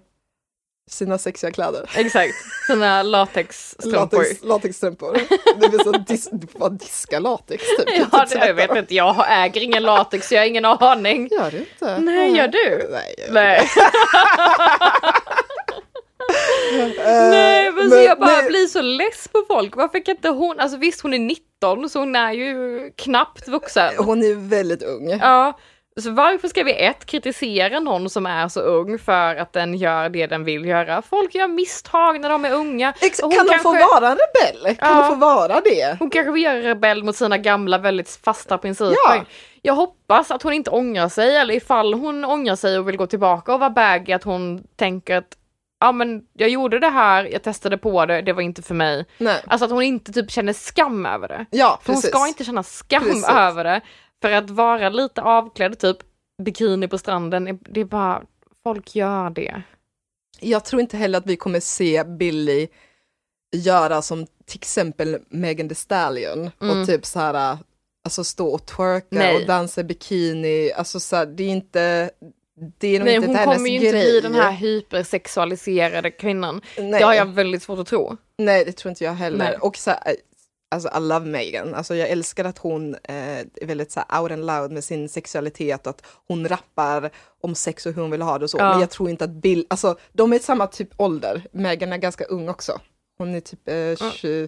[SPEAKER 1] sina sexiga kläder.
[SPEAKER 2] exakt, sina latexstrumpor.
[SPEAKER 1] Latex- Latexstrumpor. det vill säga dis- vad diska latex typ.
[SPEAKER 2] Ja, det, jag vet inte, jag äger ingen latex, jag har ingen aning.
[SPEAKER 1] Gör du inte?
[SPEAKER 2] Nej, gör du?
[SPEAKER 1] Nej. jag-
[SPEAKER 2] Nej,
[SPEAKER 1] Eh,
[SPEAKER 2] nej men så jag bara
[SPEAKER 1] nej,
[SPEAKER 2] blir så less på folk. Varför kan inte hon, alltså visst hon är 19 så hon är ju knappt vuxen.
[SPEAKER 1] Hon är väldigt ung.
[SPEAKER 2] Ja, så varför ska vi ett kritisera någon som är så ung för att den gör det den vill göra? Folk gör misstag när de är unga.
[SPEAKER 1] Ex-
[SPEAKER 2] Och
[SPEAKER 1] kan hon få
[SPEAKER 2] kanske-
[SPEAKER 1] vara en rebell? Kan
[SPEAKER 2] Ja.
[SPEAKER 1] hon få vara det?
[SPEAKER 2] Hon kanske vill göra rebell mot sina gamla väldigt fasta principer.
[SPEAKER 1] Ja.
[SPEAKER 2] Jag hoppas att hon inte ångrar sig eller ifall hon ångrar sig och vill gå tillbaka och vara baggy att hon tänker att ja men jag gjorde det här, jag testade på det, det var inte för mig.
[SPEAKER 1] Nej.
[SPEAKER 2] Alltså att hon inte typ känner skam över det.
[SPEAKER 1] Ja,
[SPEAKER 2] För hon
[SPEAKER 1] precis.
[SPEAKER 2] ska inte känna skam
[SPEAKER 1] Precis.
[SPEAKER 2] över det. För att vara lite avklädd, typ bikini på stranden, det är bara, folk gör det.
[SPEAKER 1] Jag tror inte heller att vi kommer se Billy göra som till exempel Megan Thee Stallion och typ så här, alltså stå och twerka
[SPEAKER 2] Mm. Nej.
[SPEAKER 1] och dansa i bikini, alltså så här, det är inte, det är nog
[SPEAKER 2] Nej
[SPEAKER 1] inte
[SPEAKER 2] hon
[SPEAKER 1] hennes
[SPEAKER 2] kommer ju
[SPEAKER 1] grej.
[SPEAKER 2] inte bli den här hypersexualiserade kvinnan.
[SPEAKER 1] nej,
[SPEAKER 2] Det har jag väldigt svårt att tro.
[SPEAKER 1] nej, det tror inte jag heller.
[SPEAKER 2] Nej.
[SPEAKER 1] Och så här, alltså I love Megan, alltså jag älskar att hon eh, är väldigt så här out and loud med sin sexualitet, att hon rappar om sex och hur hon vill ha det och så,
[SPEAKER 2] Ja.
[SPEAKER 1] men jag tror inte att Bill, alltså de är samma typ ålder, Megan är ganska ung också. Hon är typ eh, 20,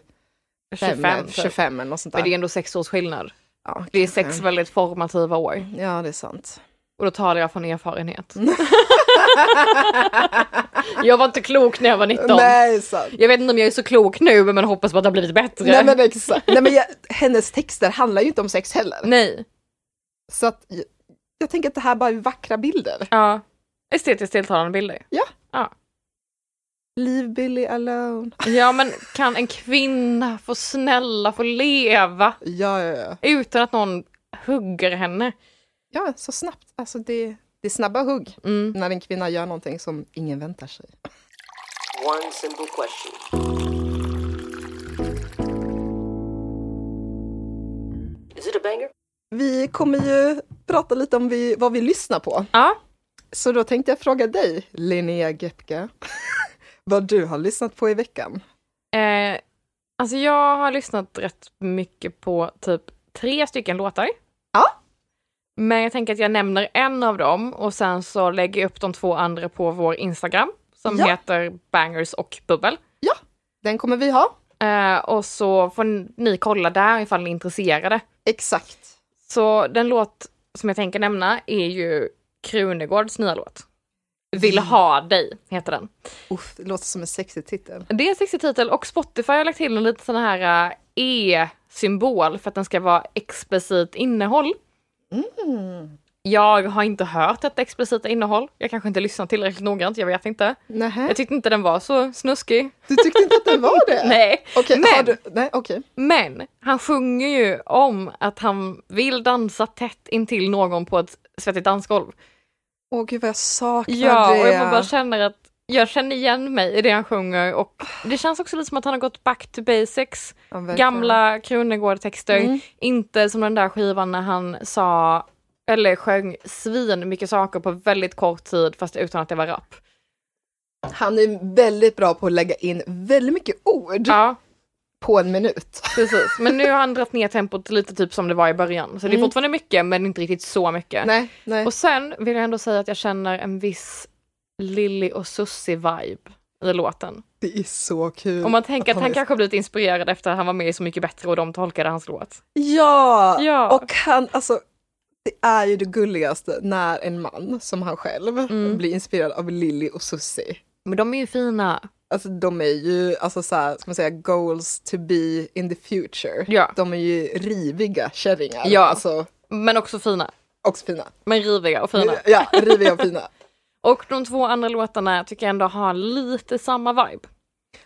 [SPEAKER 1] 25,
[SPEAKER 2] 25.
[SPEAKER 1] 25 eller något sånt där.
[SPEAKER 2] Men det är ändå sex års skillnad.
[SPEAKER 1] ja,
[SPEAKER 2] Det är
[SPEAKER 1] kanske.
[SPEAKER 2] sex väldigt formativa år.
[SPEAKER 1] Ja, det är sant.
[SPEAKER 2] Och då talar jag från erfarenhet. jag var inte klok när jag var 19.
[SPEAKER 1] Nej, sant.
[SPEAKER 2] Jag vet inte om jag är så klok nu, men hoppas på att det har blivit bättre.
[SPEAKER 1] Nej men exakt. Nej men jag, hennes texter handlar ju inte om sex heller.
[SPEAKER 2] Nej.
[SPEAKER 1] Så att jag, jag tänker att det här bara är vackra bilder.
[SPEAKER 2] Ja. Estetiskt tilltalande bilder.
[SPEAKER 1] Leave Billy alone.
[SPEAKER 2] Ja, men kan en kvinna få snälla få leva
[SPEAKER 1] Ja, ja, ja.
[SPEAKER 2] utan att någon hugger henne?
[SPEAKER 1] Ja, så snabbt. Alltså det, det är snabba hugg
[SPEAKER 2] Mm.
[SPEAKER 1] när en kvinna gör någonting som ingen väntar sig.
[SPEAKER 3] One simple question. Is it a banger?
[SPEAKER 1] Vi kommer ju prata lite om vi, vad vi lyssnar på.
[SPEAKER 2] Ja.
[SPEAKER 1] Så då tänkte jag fråga dig, Linnea Gepke, vad du har lyssnat på i veckan.
[SPEAKER 2] Eh, alltså jag har lyssnat rätt mycket på typ tre stycken låtar.
[SPEAKER 1] Ja.
[SPEAKER 2] Men jag tänker att jag nämner en av dem och sen så lägger jag upp de två andra på vår Instagram som
[SPEAKER 1] Ja.
[SPEAKER 2] heter bangers och bubbel.
[SPEAKER 1] Den kommer vi ha.
[SPEAKER 2] Eh, och så får ni kolla där ifall ni är intresserade.
[SPEAKER 1] Exakt.
[SPEAKER 2] Så den låt som jag tänker nämna är ju Krunegårds nya låt. Vill
[SPEAKER 1] Mm.
[SPEAKER 2] ha dig heter den.
[SPEAKER 1] Uff, det låter som en sexig titel.
[SPEAKER 2] Det är en sexig titel och Spotify har lagt till en liten sån här eh,
[SPEAKER 1] Mm.
[SPEAKER 2] E-symbol för att den ska vara explicit innehåll. Jag har inte hört detta explicita innehåll. Jag kanske inte lyssnat tillräckligt noggrant, jag vet inte.
[SPEAKER 1] Nähä.
[SPEAKER 2] Jag tyckte inte den var så snuskig.
[SPEAKER 1] Du tyckte inte att det var det?
[SPEAKER 2] Nej.
[SPEAKER 1] Okej,
[SPEAKER 2] Men-
[SPEAKER 1] har du, nej, okej.
[SPEAKER 2] Men han sjunger ju om att han vill dansa tätt intill någon på ett svettigt dansgolv.
[SPEAKER 1] Åh gud vad jag saknar
[SPEAKER 2] Ja,
[SPEAKER 1] det.
[SPEAKER 2] och jag bara känner att jag känner igen mig i det han sjunger och det känns också lite som att han har gått back to basics.
[SPEAKER 1] Ja, verkligen.
[SPEAKER 2] Gamla Kronegård-texter,
[SPEAKER 1] Mm.
[SPEAKER 2] inte som den där skivan när han sa eller sjöng svin mycket saker på väldigt kort tid fast utan att det var rap.
[SPEAKER 1] Han är väldigt bra på att lägga in väldigt mycket ord
[SPEAKER 2] Ja,
[SPEAKER 1] på en minut.
[SPEAKER 2] precis. Men nu har han dragit ner tempot lite typ som det var i början. Så det är
[SPEAKER 1] Mm.
[SPEAKER 2] fortfarande mycket men inte riktigt så mycket.
[SPEAKER 1] Nej, nej.
[SPEAKER 2] Och sen vill jag ändå säga att jag känner en viss Lilly och Susie vibe i låten.
[SPEAKER 1] det är så kul.
[SPEAKER 2] Om man tänker att
[SPEAKER 1] han
[SPEAKER 2] han
[SPEAKER 1] är-
[SPEAKER 2] kanske blivit inspirerad efter att han var med i Så mycket bättre och de tolkade hans låt.
[SPEAKER 1] Ja!
[SPEAKER 2] Ja.
[SPEAKER 1] och han, alltså det är ju det gulligaste när en man som han själv
[SPEAKER 2] Mm.
[SPEAKER 1] blir inspirerad av Lilly och Susie.
[SPEAKER 2] Men de är ju fina.
[SPEAKER 1] Alltså de är ju, alltså så här, ska man säga goals to be in the future.
[SPEAKER 2] Ja.
[SPEAKER 1] De är ju riviga kärringar.
[SPEAKER 2] Ja.
[SPEAKER 1] Alltså,
[SPEAKER 2] Men också fina.
[SPEAKER 1] och fina.
[SPEAKER 2] Men riviga och fina.
[SPEAKER 1] Ja, riviga och fina.
[SPEAKER 2] Och de två andra låtarna tycker jag ändå har lite samma vibe.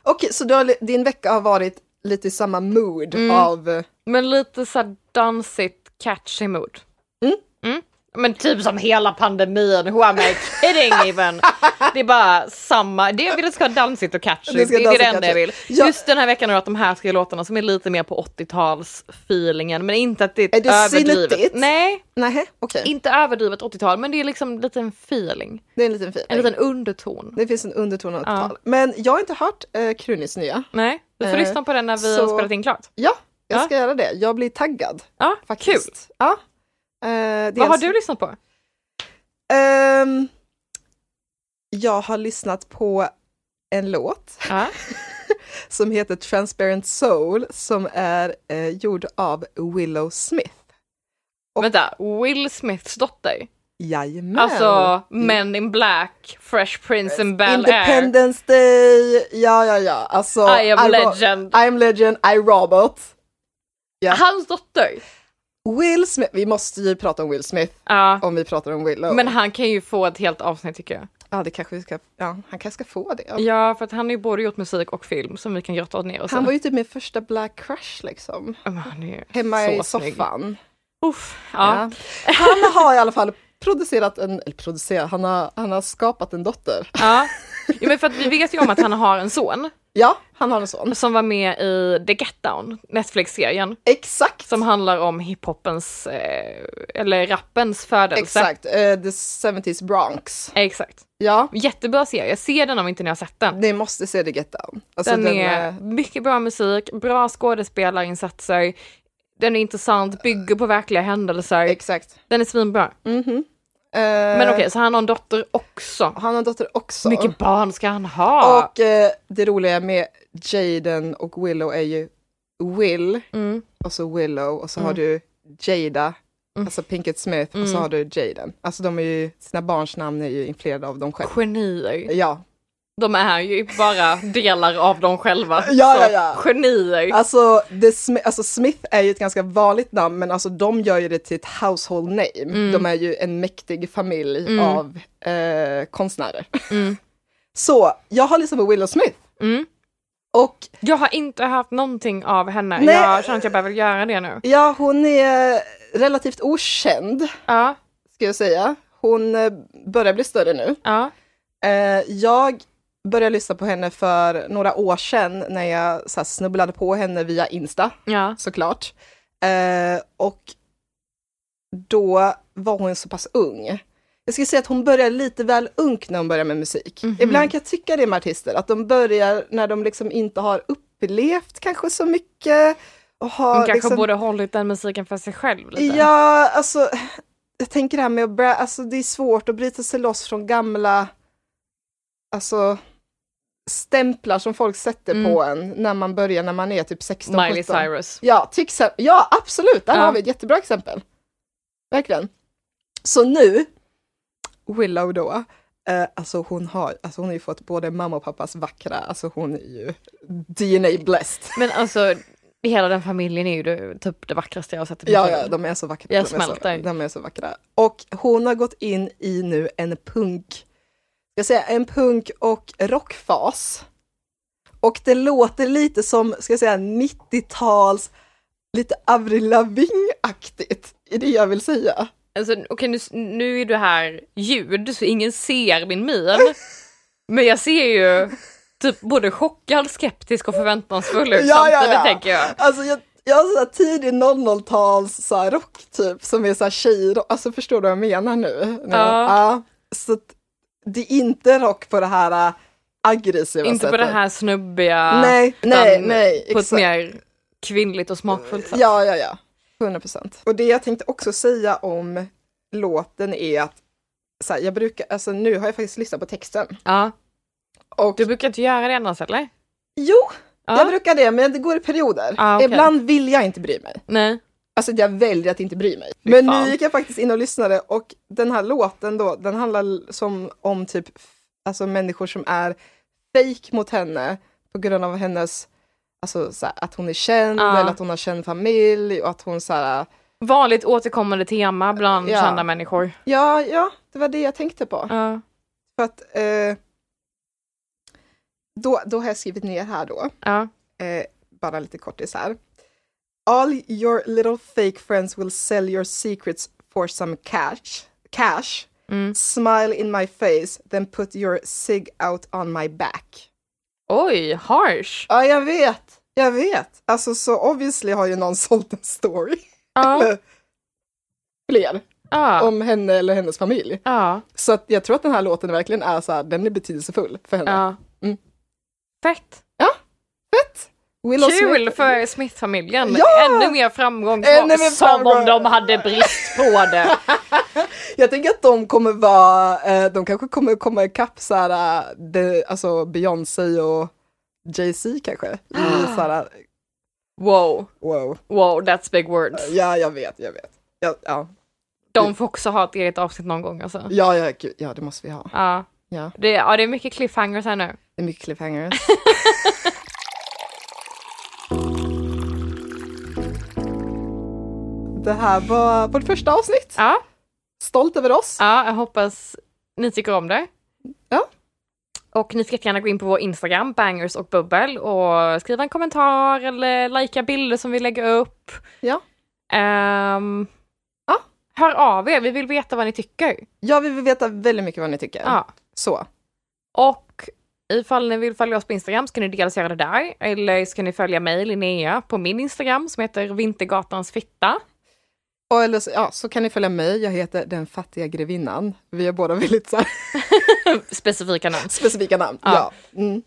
[SPEAKER 1] Okej, så du har, li- din vecka har varit lite i samma mood
[SPEAKER 2] Mm.
[SPEAKER 1] av... eh,
[SPEAKER 2] Men lite såhär dansigt, catchy mood. Mm. Men typ som hela pandemin, who am I kidding even? Det är bara samma, det jag vill ska vara dansigt och catchy, det,
[SPEAKER 1] Det ska
[SPEAKER 2] är
[SPEAKER 1] dansigt
[SPEAKER 2] det
[SPEAKER 1] och
[SPEAKER 2] enda jag vill.
[SPEAKER 1] catchy. Ja.
[SPEAKER 2] Just den här veckan har jag haft de här tre låtarna som är lite mer på 80-talsfeelingen, men inte att det är,
[SPEAKER 1] Är det
[SPEAKER 2] överdrivet.
[SPEAKER 1] snittigt?
[SPEAKER 2] Nej,
[SPEAKER 1] Nej, okej.
[SPEAKER 2] inte överdrivet 80-tal, men det är liksom lite en feeling,
[SPEAKER 1] Det är en liten fin.
[SPEAKER 2] en liten underton.
[SPEAKER 1] Det finns en underton av
[SPEAKER 2] Ja.
[SPEAKER 1] tal. Men jag har inte hört eh, Krunis nya.
[SPEAKER 2] Nej, du får
[SPEAKER 1] Eh,
[SPEAKER 2] lyssna på den när vi
[SPEAKER 1] så-
[SPEAKER 2] har spelat in klart.
[SPEAKER 1] Ja, jag
[SPEAKER 2] Ja.
[SPEAKER 1] ska göra det. Jag blir taggad.
[SPEAKER 2] Ja,
[SPEAKER 1] Faktiskt.
[SPEAKER 2] kul.
[SPEAKER 1] Ja. Eh, dels-
[SPEAKER 2] Vad har du lyssnat på?
[SPEAKER 1] Ehm, jag har lyssnat på en låt
[SPEAKER 2] Ja.
[SPEAKER 1] som heter Transparent Soul som är eh, gjord av Willow Smith. Och-
[SPEAKER 2] Vänta, Will Smiths dotter?
[SPEAKER 1] Jajamän!
[SPEAKER 2] Alltså
[SPEAKER 1] Mm.
[SPEAKER 2] Men in Black, Fresh Prince and Bel Air,
[SPEAKER 1] Independence Day, ja ja ja. Alltså,
[SPEAKER 2] I am
[SPEAKER 1] Ro-
[SPEAKER 2] legend.
[SPEAKER 1] I am legend, I robot. Ja.
[SPEAKER 2] Hans dotter!
[SPEAKER 1] Will Smith, vi måste ju prata om Will Smith
[SPEAKER 2] Ja,
[SPEAKER 1] om vi pratar om Willow.
[SPEAKER 2] Oh. men han kan ju få ett helt avsnitt tycker jag.
[SPEAKER 1] ja, det kanske vi ska, ja, han kanske ska få det.
[SPEAKER 2] Ja, för att han har ju både gjort musik och film som vi kan grotta ner oss
[SPEAKER 1] Han
[SPEAKER 2] i.
[SPEAKER 1] var ju typ min första black crush liksom.
[SPEAKER 2] Men han är ju
[SPEAKER 1] Hemma i
[SPEAKER 2] så snygg.
[SPEAKER 1] soffan.
[SPEAKER 2] Uff, ja.
[SPEAKER 1] Ja. Han har i alla fall producerat en, eller producerat, han har, han har skapat en dotter.
[SPEAKER 2] Ja. ja, men för att vi vet ju om att han har en son
[SPEAKER 1] Ja, han har en son.
[SPEAKER 2] som var med i The Get Down, Netflix-serien,
[SPEAKER 1] Exakt!
[SPEAKER 2] som handlar om hiphopens, eh, eller rappens födelse.
[SPEAKER 1] Exakt, eh, The 70s Bronx.
[SPEAKER 2] Exakt.
[SPEAKER 1] Ja,
[SPEAKER 2] Jättebra serie, se den om inte ni har sett den.
[SPEAKER 1] ni måste se The Get Down. Alltså,
[SPEAKER 2] den, är mycket bra musik, bra skådespelarinsatser, den är intressant, bygger på verkliga händelser.
[SPEAKER 1] Exakt. Mhm.
[SPEAKER 2] den är svinbra. Men
[SPEAKER 1] Men
[SPEAKER 2] okej, så han har en dotter också.
[SPEAKER 1] Han har en dotter också.
[SPEAKER 2] mycket barn ska han ha?
[SPEAKER 1] Och eh, det roliga med Jaden och Willow är ju Will
[SPEAKER 2] Mm.
[SPEAKER 1] och så Willow och så har du Jada, alltså Pinkett Smith och så har du Jaden. Alltså de är ju, sina barns namn är ju influerade av dem själva.
[SPEAKER 2] Genier.
[SPEAKER 1] Ja,
[SPEAKER 2] De är ju bara delar av dem själva.
[SPEAKER 1] Ja,
[SPEAKER 2] Så,
[SPEAKER 1] ja, ja.
[SPEAKER 2] Genier.
[SPEAKER 1] Alltså, det, Smi- alltså Smith är ju ett ganska vanligt namn, men alltså de gör ju det till ett household name. De är ju en mäktig familj av eh, konstnärer. Så jag har liksom Willow Smith.
[SPEAKER 2] Mm.
[SPEAKER 1] Och
[SPEAKER 2] Jag har inte haft någonting av henne.
[SPEAKER 1] Nej.
[SPEAKER 2] Jag känner att jag behöver göra det nu.
[SPEAKER 1] ja, hon är relativt okänd,
[SPEAKER 2] Ja,
[SPEAKER 1] ska jag säga. Hon eh, börjar bli större nu.
[SPEAKER 2] ja.
[SPEAKER 1] Eh, jag började lyssna på henne för några år sedan när jag så här, snubblade på henne via Insta.
[SPEAKER 2] ja.
[SPEAKER 1] såklart. Eh, och då var hon så pass ung. Jag skulle säga att hon började lite väl ung när hon började med musik. Ibland kan jag tycka det med artister, att de börjar när de liksom inte har upplevt kanske så mycket. Och har
[SPEAKER 2] Hon kanske
[SPEAKER 1] liksom,
[SPEAKER 2] borde hållit den musiken för sig själv lite.
[SPEAKER 1] Ja, alltså, jag tänker det här med att börja, alltså det är svårt att bryta sig loss från gamla, alltså stämplar som folk sätter på en när man börjar när man är typ 16-17.
[SPEAKER 2] Mm. Miley Cyrus.
[SPEAKER 1] Ja, till exempel. Ja, absolut. Där
[SPEAKER 2] Ja.
[SPEAKER 1] har vi ett jättebra exempel. Verkligen. Så nu, Willow då, eh, alltså hon har, alltså hon har ju fått både mamma och pappas vackra, alltså hon är ju DNA blessed.
[SPEAKER 2] Men alltså, hela den familjen är ju det, typ det vackraste jag har sett i mitt
[SPEAKER 1] Ja,
[SPEAKER 2] liv.
[SPEAKER 1] ja, de är så vackra.
[SPEAKER 2] Jag
[SPEAKER 1] de, är
[SPEAKER 2] smälter.
[SPEAKER 1] så, de är så vackra. Och hon har gått in i nu en punk, jag säga en punk och rockfas. Och det låter lite som, ska jag säga 90-tals, lite Avril Lavigne-aktigt i det jag vill säga.
[SPEAKER 2] Alltså, okej, nu, nu är du här ljud, så ingen ser min min. Men jag ser ju typ både chockad, skeptisk och förväntansfull ut
[SPEAKER 1] Ja, ja,
[SPEAKER 2] samtidigt,
[SPEAKER 1] ja.
[SPEAKER 2] tänker jag.
[SPEAKER 1] Alltså jag, jag har så här tidig 00-tals så här rock typ som är så här tjejrock, alltså förstår du vad jag menar nu? nu.
[SPEAKER 2] Ja.
[SPEAKER 1] så att det är inte rock på det här äh, aggressiva
[SPEAKER 2] Inte på
[SPEAKER 1] sättet.
[SPEAKER 2] det här snubbiga,
[SPEAKER 1] Nej,
[SPEAKER 2] Ah, utan
[SPEAKER 1] nej, nej.
[SPEAKER 2] på ett
[SPEAKER 1] exakt.
[SPEAKER 2] mer kvinnligt och smakfullt sätt.
[SPEAKER 1] Ja, ja, ja. 100 procent. Och det jag tänkte också säga om låten är att så här, jag brukar, alltså nu har jag faktiskt lyssnat på texten.
[SPEAKER 2] Ja.
[SPEAKER 1] Och
[SPEAKER 2] Du brukar inte göra det annars, eller?
[SPEAKER 1] jo,
[SPEAKER 2] Ja.
[SPEAKER 1] jag brukar det, men det går i perioder.
[SPEAKER 2] Ja, okej.
[SPEAKER 1] Ibland vill jag inte bry mig.
[SPEAKER 2] Nej.
[SPEAKER 1] Alltså jag väljer att inte bry mig.
[SPEAKER 2] Fy
[SPEAKER 1] Men
[SPEAKER 2] fan.
[SPEAKER 1] nu gick jag faktiskt in och lyssnade och den här låten då, den handlar l- som om typ f- alltså människor som är fake mot henne på grund av hennes, alltså så här, att hon är känd
[SPEAKER 2] Ja.
[SPEAKER 1] eller att hon har känd familj och att hon så här,
[SPEAKER 2] Vanligt återkommande tema bland
[SPEAKER 1] Ja.
[SPEAKER 2] kända människor.
[SPEAKER 1] ja, ja, det var det jag tänkte på.
[SPEAKER 2] Ja.
[SPEAKER 1] För att eh, då, då har jag skrivit ner här då.
[SPEAKER 2] Ja.
[SPEAKER 1] eh, bara lite kortis här. All your little fake friends will sell your secrets for some cash. Cash.
[SPEAKER 2] Mm.
[SPEAKER 1] Smile in my face, then put your sig out on my back.
[SPEAKER 2] Oj, harsh.
[SPEAKER 1] Ja, jag vet. Jag vet. Alltså, så obviously har ju någon sålt en story.
[SPEAKER 2] Ja.
[SPEAKER 1] Eller fler.
[SPEAKER 2] Ja.
[SPEAKER 1] Om henne eller hennes familj.
[SPEAKER 2] Ja.
[SPEAKER 1] Så att jag tror att den här låten verkligen är så här, den är betydelsefull för henne.
[SPEAKER 2] ja.
[SPEAKER 1] Mm.
[SPEAKER 2] Fett.
[SPEAKER 1] Willow
[SPEAKER 2] Kul
[SPEAKER 1] Smith-
[SPEAKER 2] för Smith-familjen.
[SPEAKER 1] Ja!
[SPEAKER 2] Ännu mer framgång.
[SPEAKER 1] Ännu mer
[SPEAKER 2] som
[SPEAKER 1] framgång.
[SPEAKER 2] om de hade brist på det.
[SPEAKER 1] Jag tänker att de kommer vara, eh, de kanske kommer komma ikapp såhär, eh, det- alltså Beyoncé och Jay-Z kanske. I såhär,
[SPEAKER 2] Wow.
[SPEAKER 1] wow.
[SPEAKER 2] Wow, that's big words.
[SPEAKER 1] Ja, jag vet, jag vet. Ja, ja,
[SPEAKER 2] De får också ha ett eget avsnitt någon gång alltså.
[SPEAKER 1] ja, ja, gud, ja det måste vi ha.
[SPEAKER 2] Ja.
[SPEAKER 1] Ja.
[SPEAKER 2] Det, ja, det är mycket cliffhangers här nu.
[SPEAKER 1] Det är mycket cliffhangers. det här var vårt första avsnitt.
[SPEAKER 2] Ja.
[SPEAKER 1] Stolt över oss.
[SPEAKER 2] ja, jag hoppas ni tycker om det.
[SPEAKER 1] Ja.
[SPEAKER 2] Och ni får gärna gå in på vår Instagram, bangers och bubbel, och skriva en kommentar eller likea bilder som vi lägger upp.
[SPEAKER 1] Ja.
[SPEAKER 2] Ehm,
[SPEAKER 1] Ja.
[SPEAKER 2] Hör av er, vi vill veta vad ni tycker.
[SPEAKER 1] Ja, vi vill veta väldigt mycket vad ni tycker.
[SPEAKER 2] Ja.
[SPEAKER 1] Så.
[SPEAKER 2] Och ifall ni vill följa oss på Instagram så kan ni dels göra det där, eller så kan ni följa mig, Linnea, på min Instagram som heter Vintergatans fitta.
[SPEAKER 1] Och eller så, ja, så kan ni följa mig, jag heter Den fattiga grevinnan. Vi är båda väldigt så här,
[SPEAKER 2] Specifika namn.
[SPEAKER 1] specifika namn.
[SPEAKER 2] Ja.
[SPEAKER 1] Ja. Mm.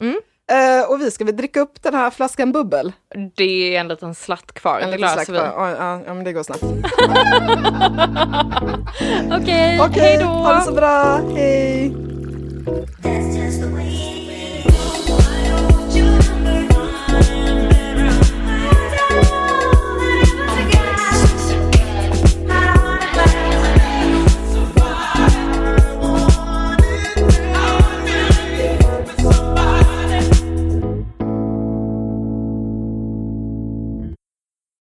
[SPEAKER 1] Mm. Eh, och vi ska väl dricka upp den här flaskan bubbel.
[SPEAKER 2] Det är en liten slatt kvar.
[SPEAKER 1] En
[SPEAKER 2] det
[SPEAKER 1] liten
[SPEAKER 2] löser
[SPEAKER 1] slack
[SPEAKER 2] vi.
[SPEAKER 1] bara. ja, ja, ja, men det går snabbt.
[SPEAKER 2] Okej,
[SPEAKER 1] Okej,
[SPEAKER 2] hej då!
[SPEAKER 1] ha det så bra. Hej!
[SPEAKER 4] That's just the way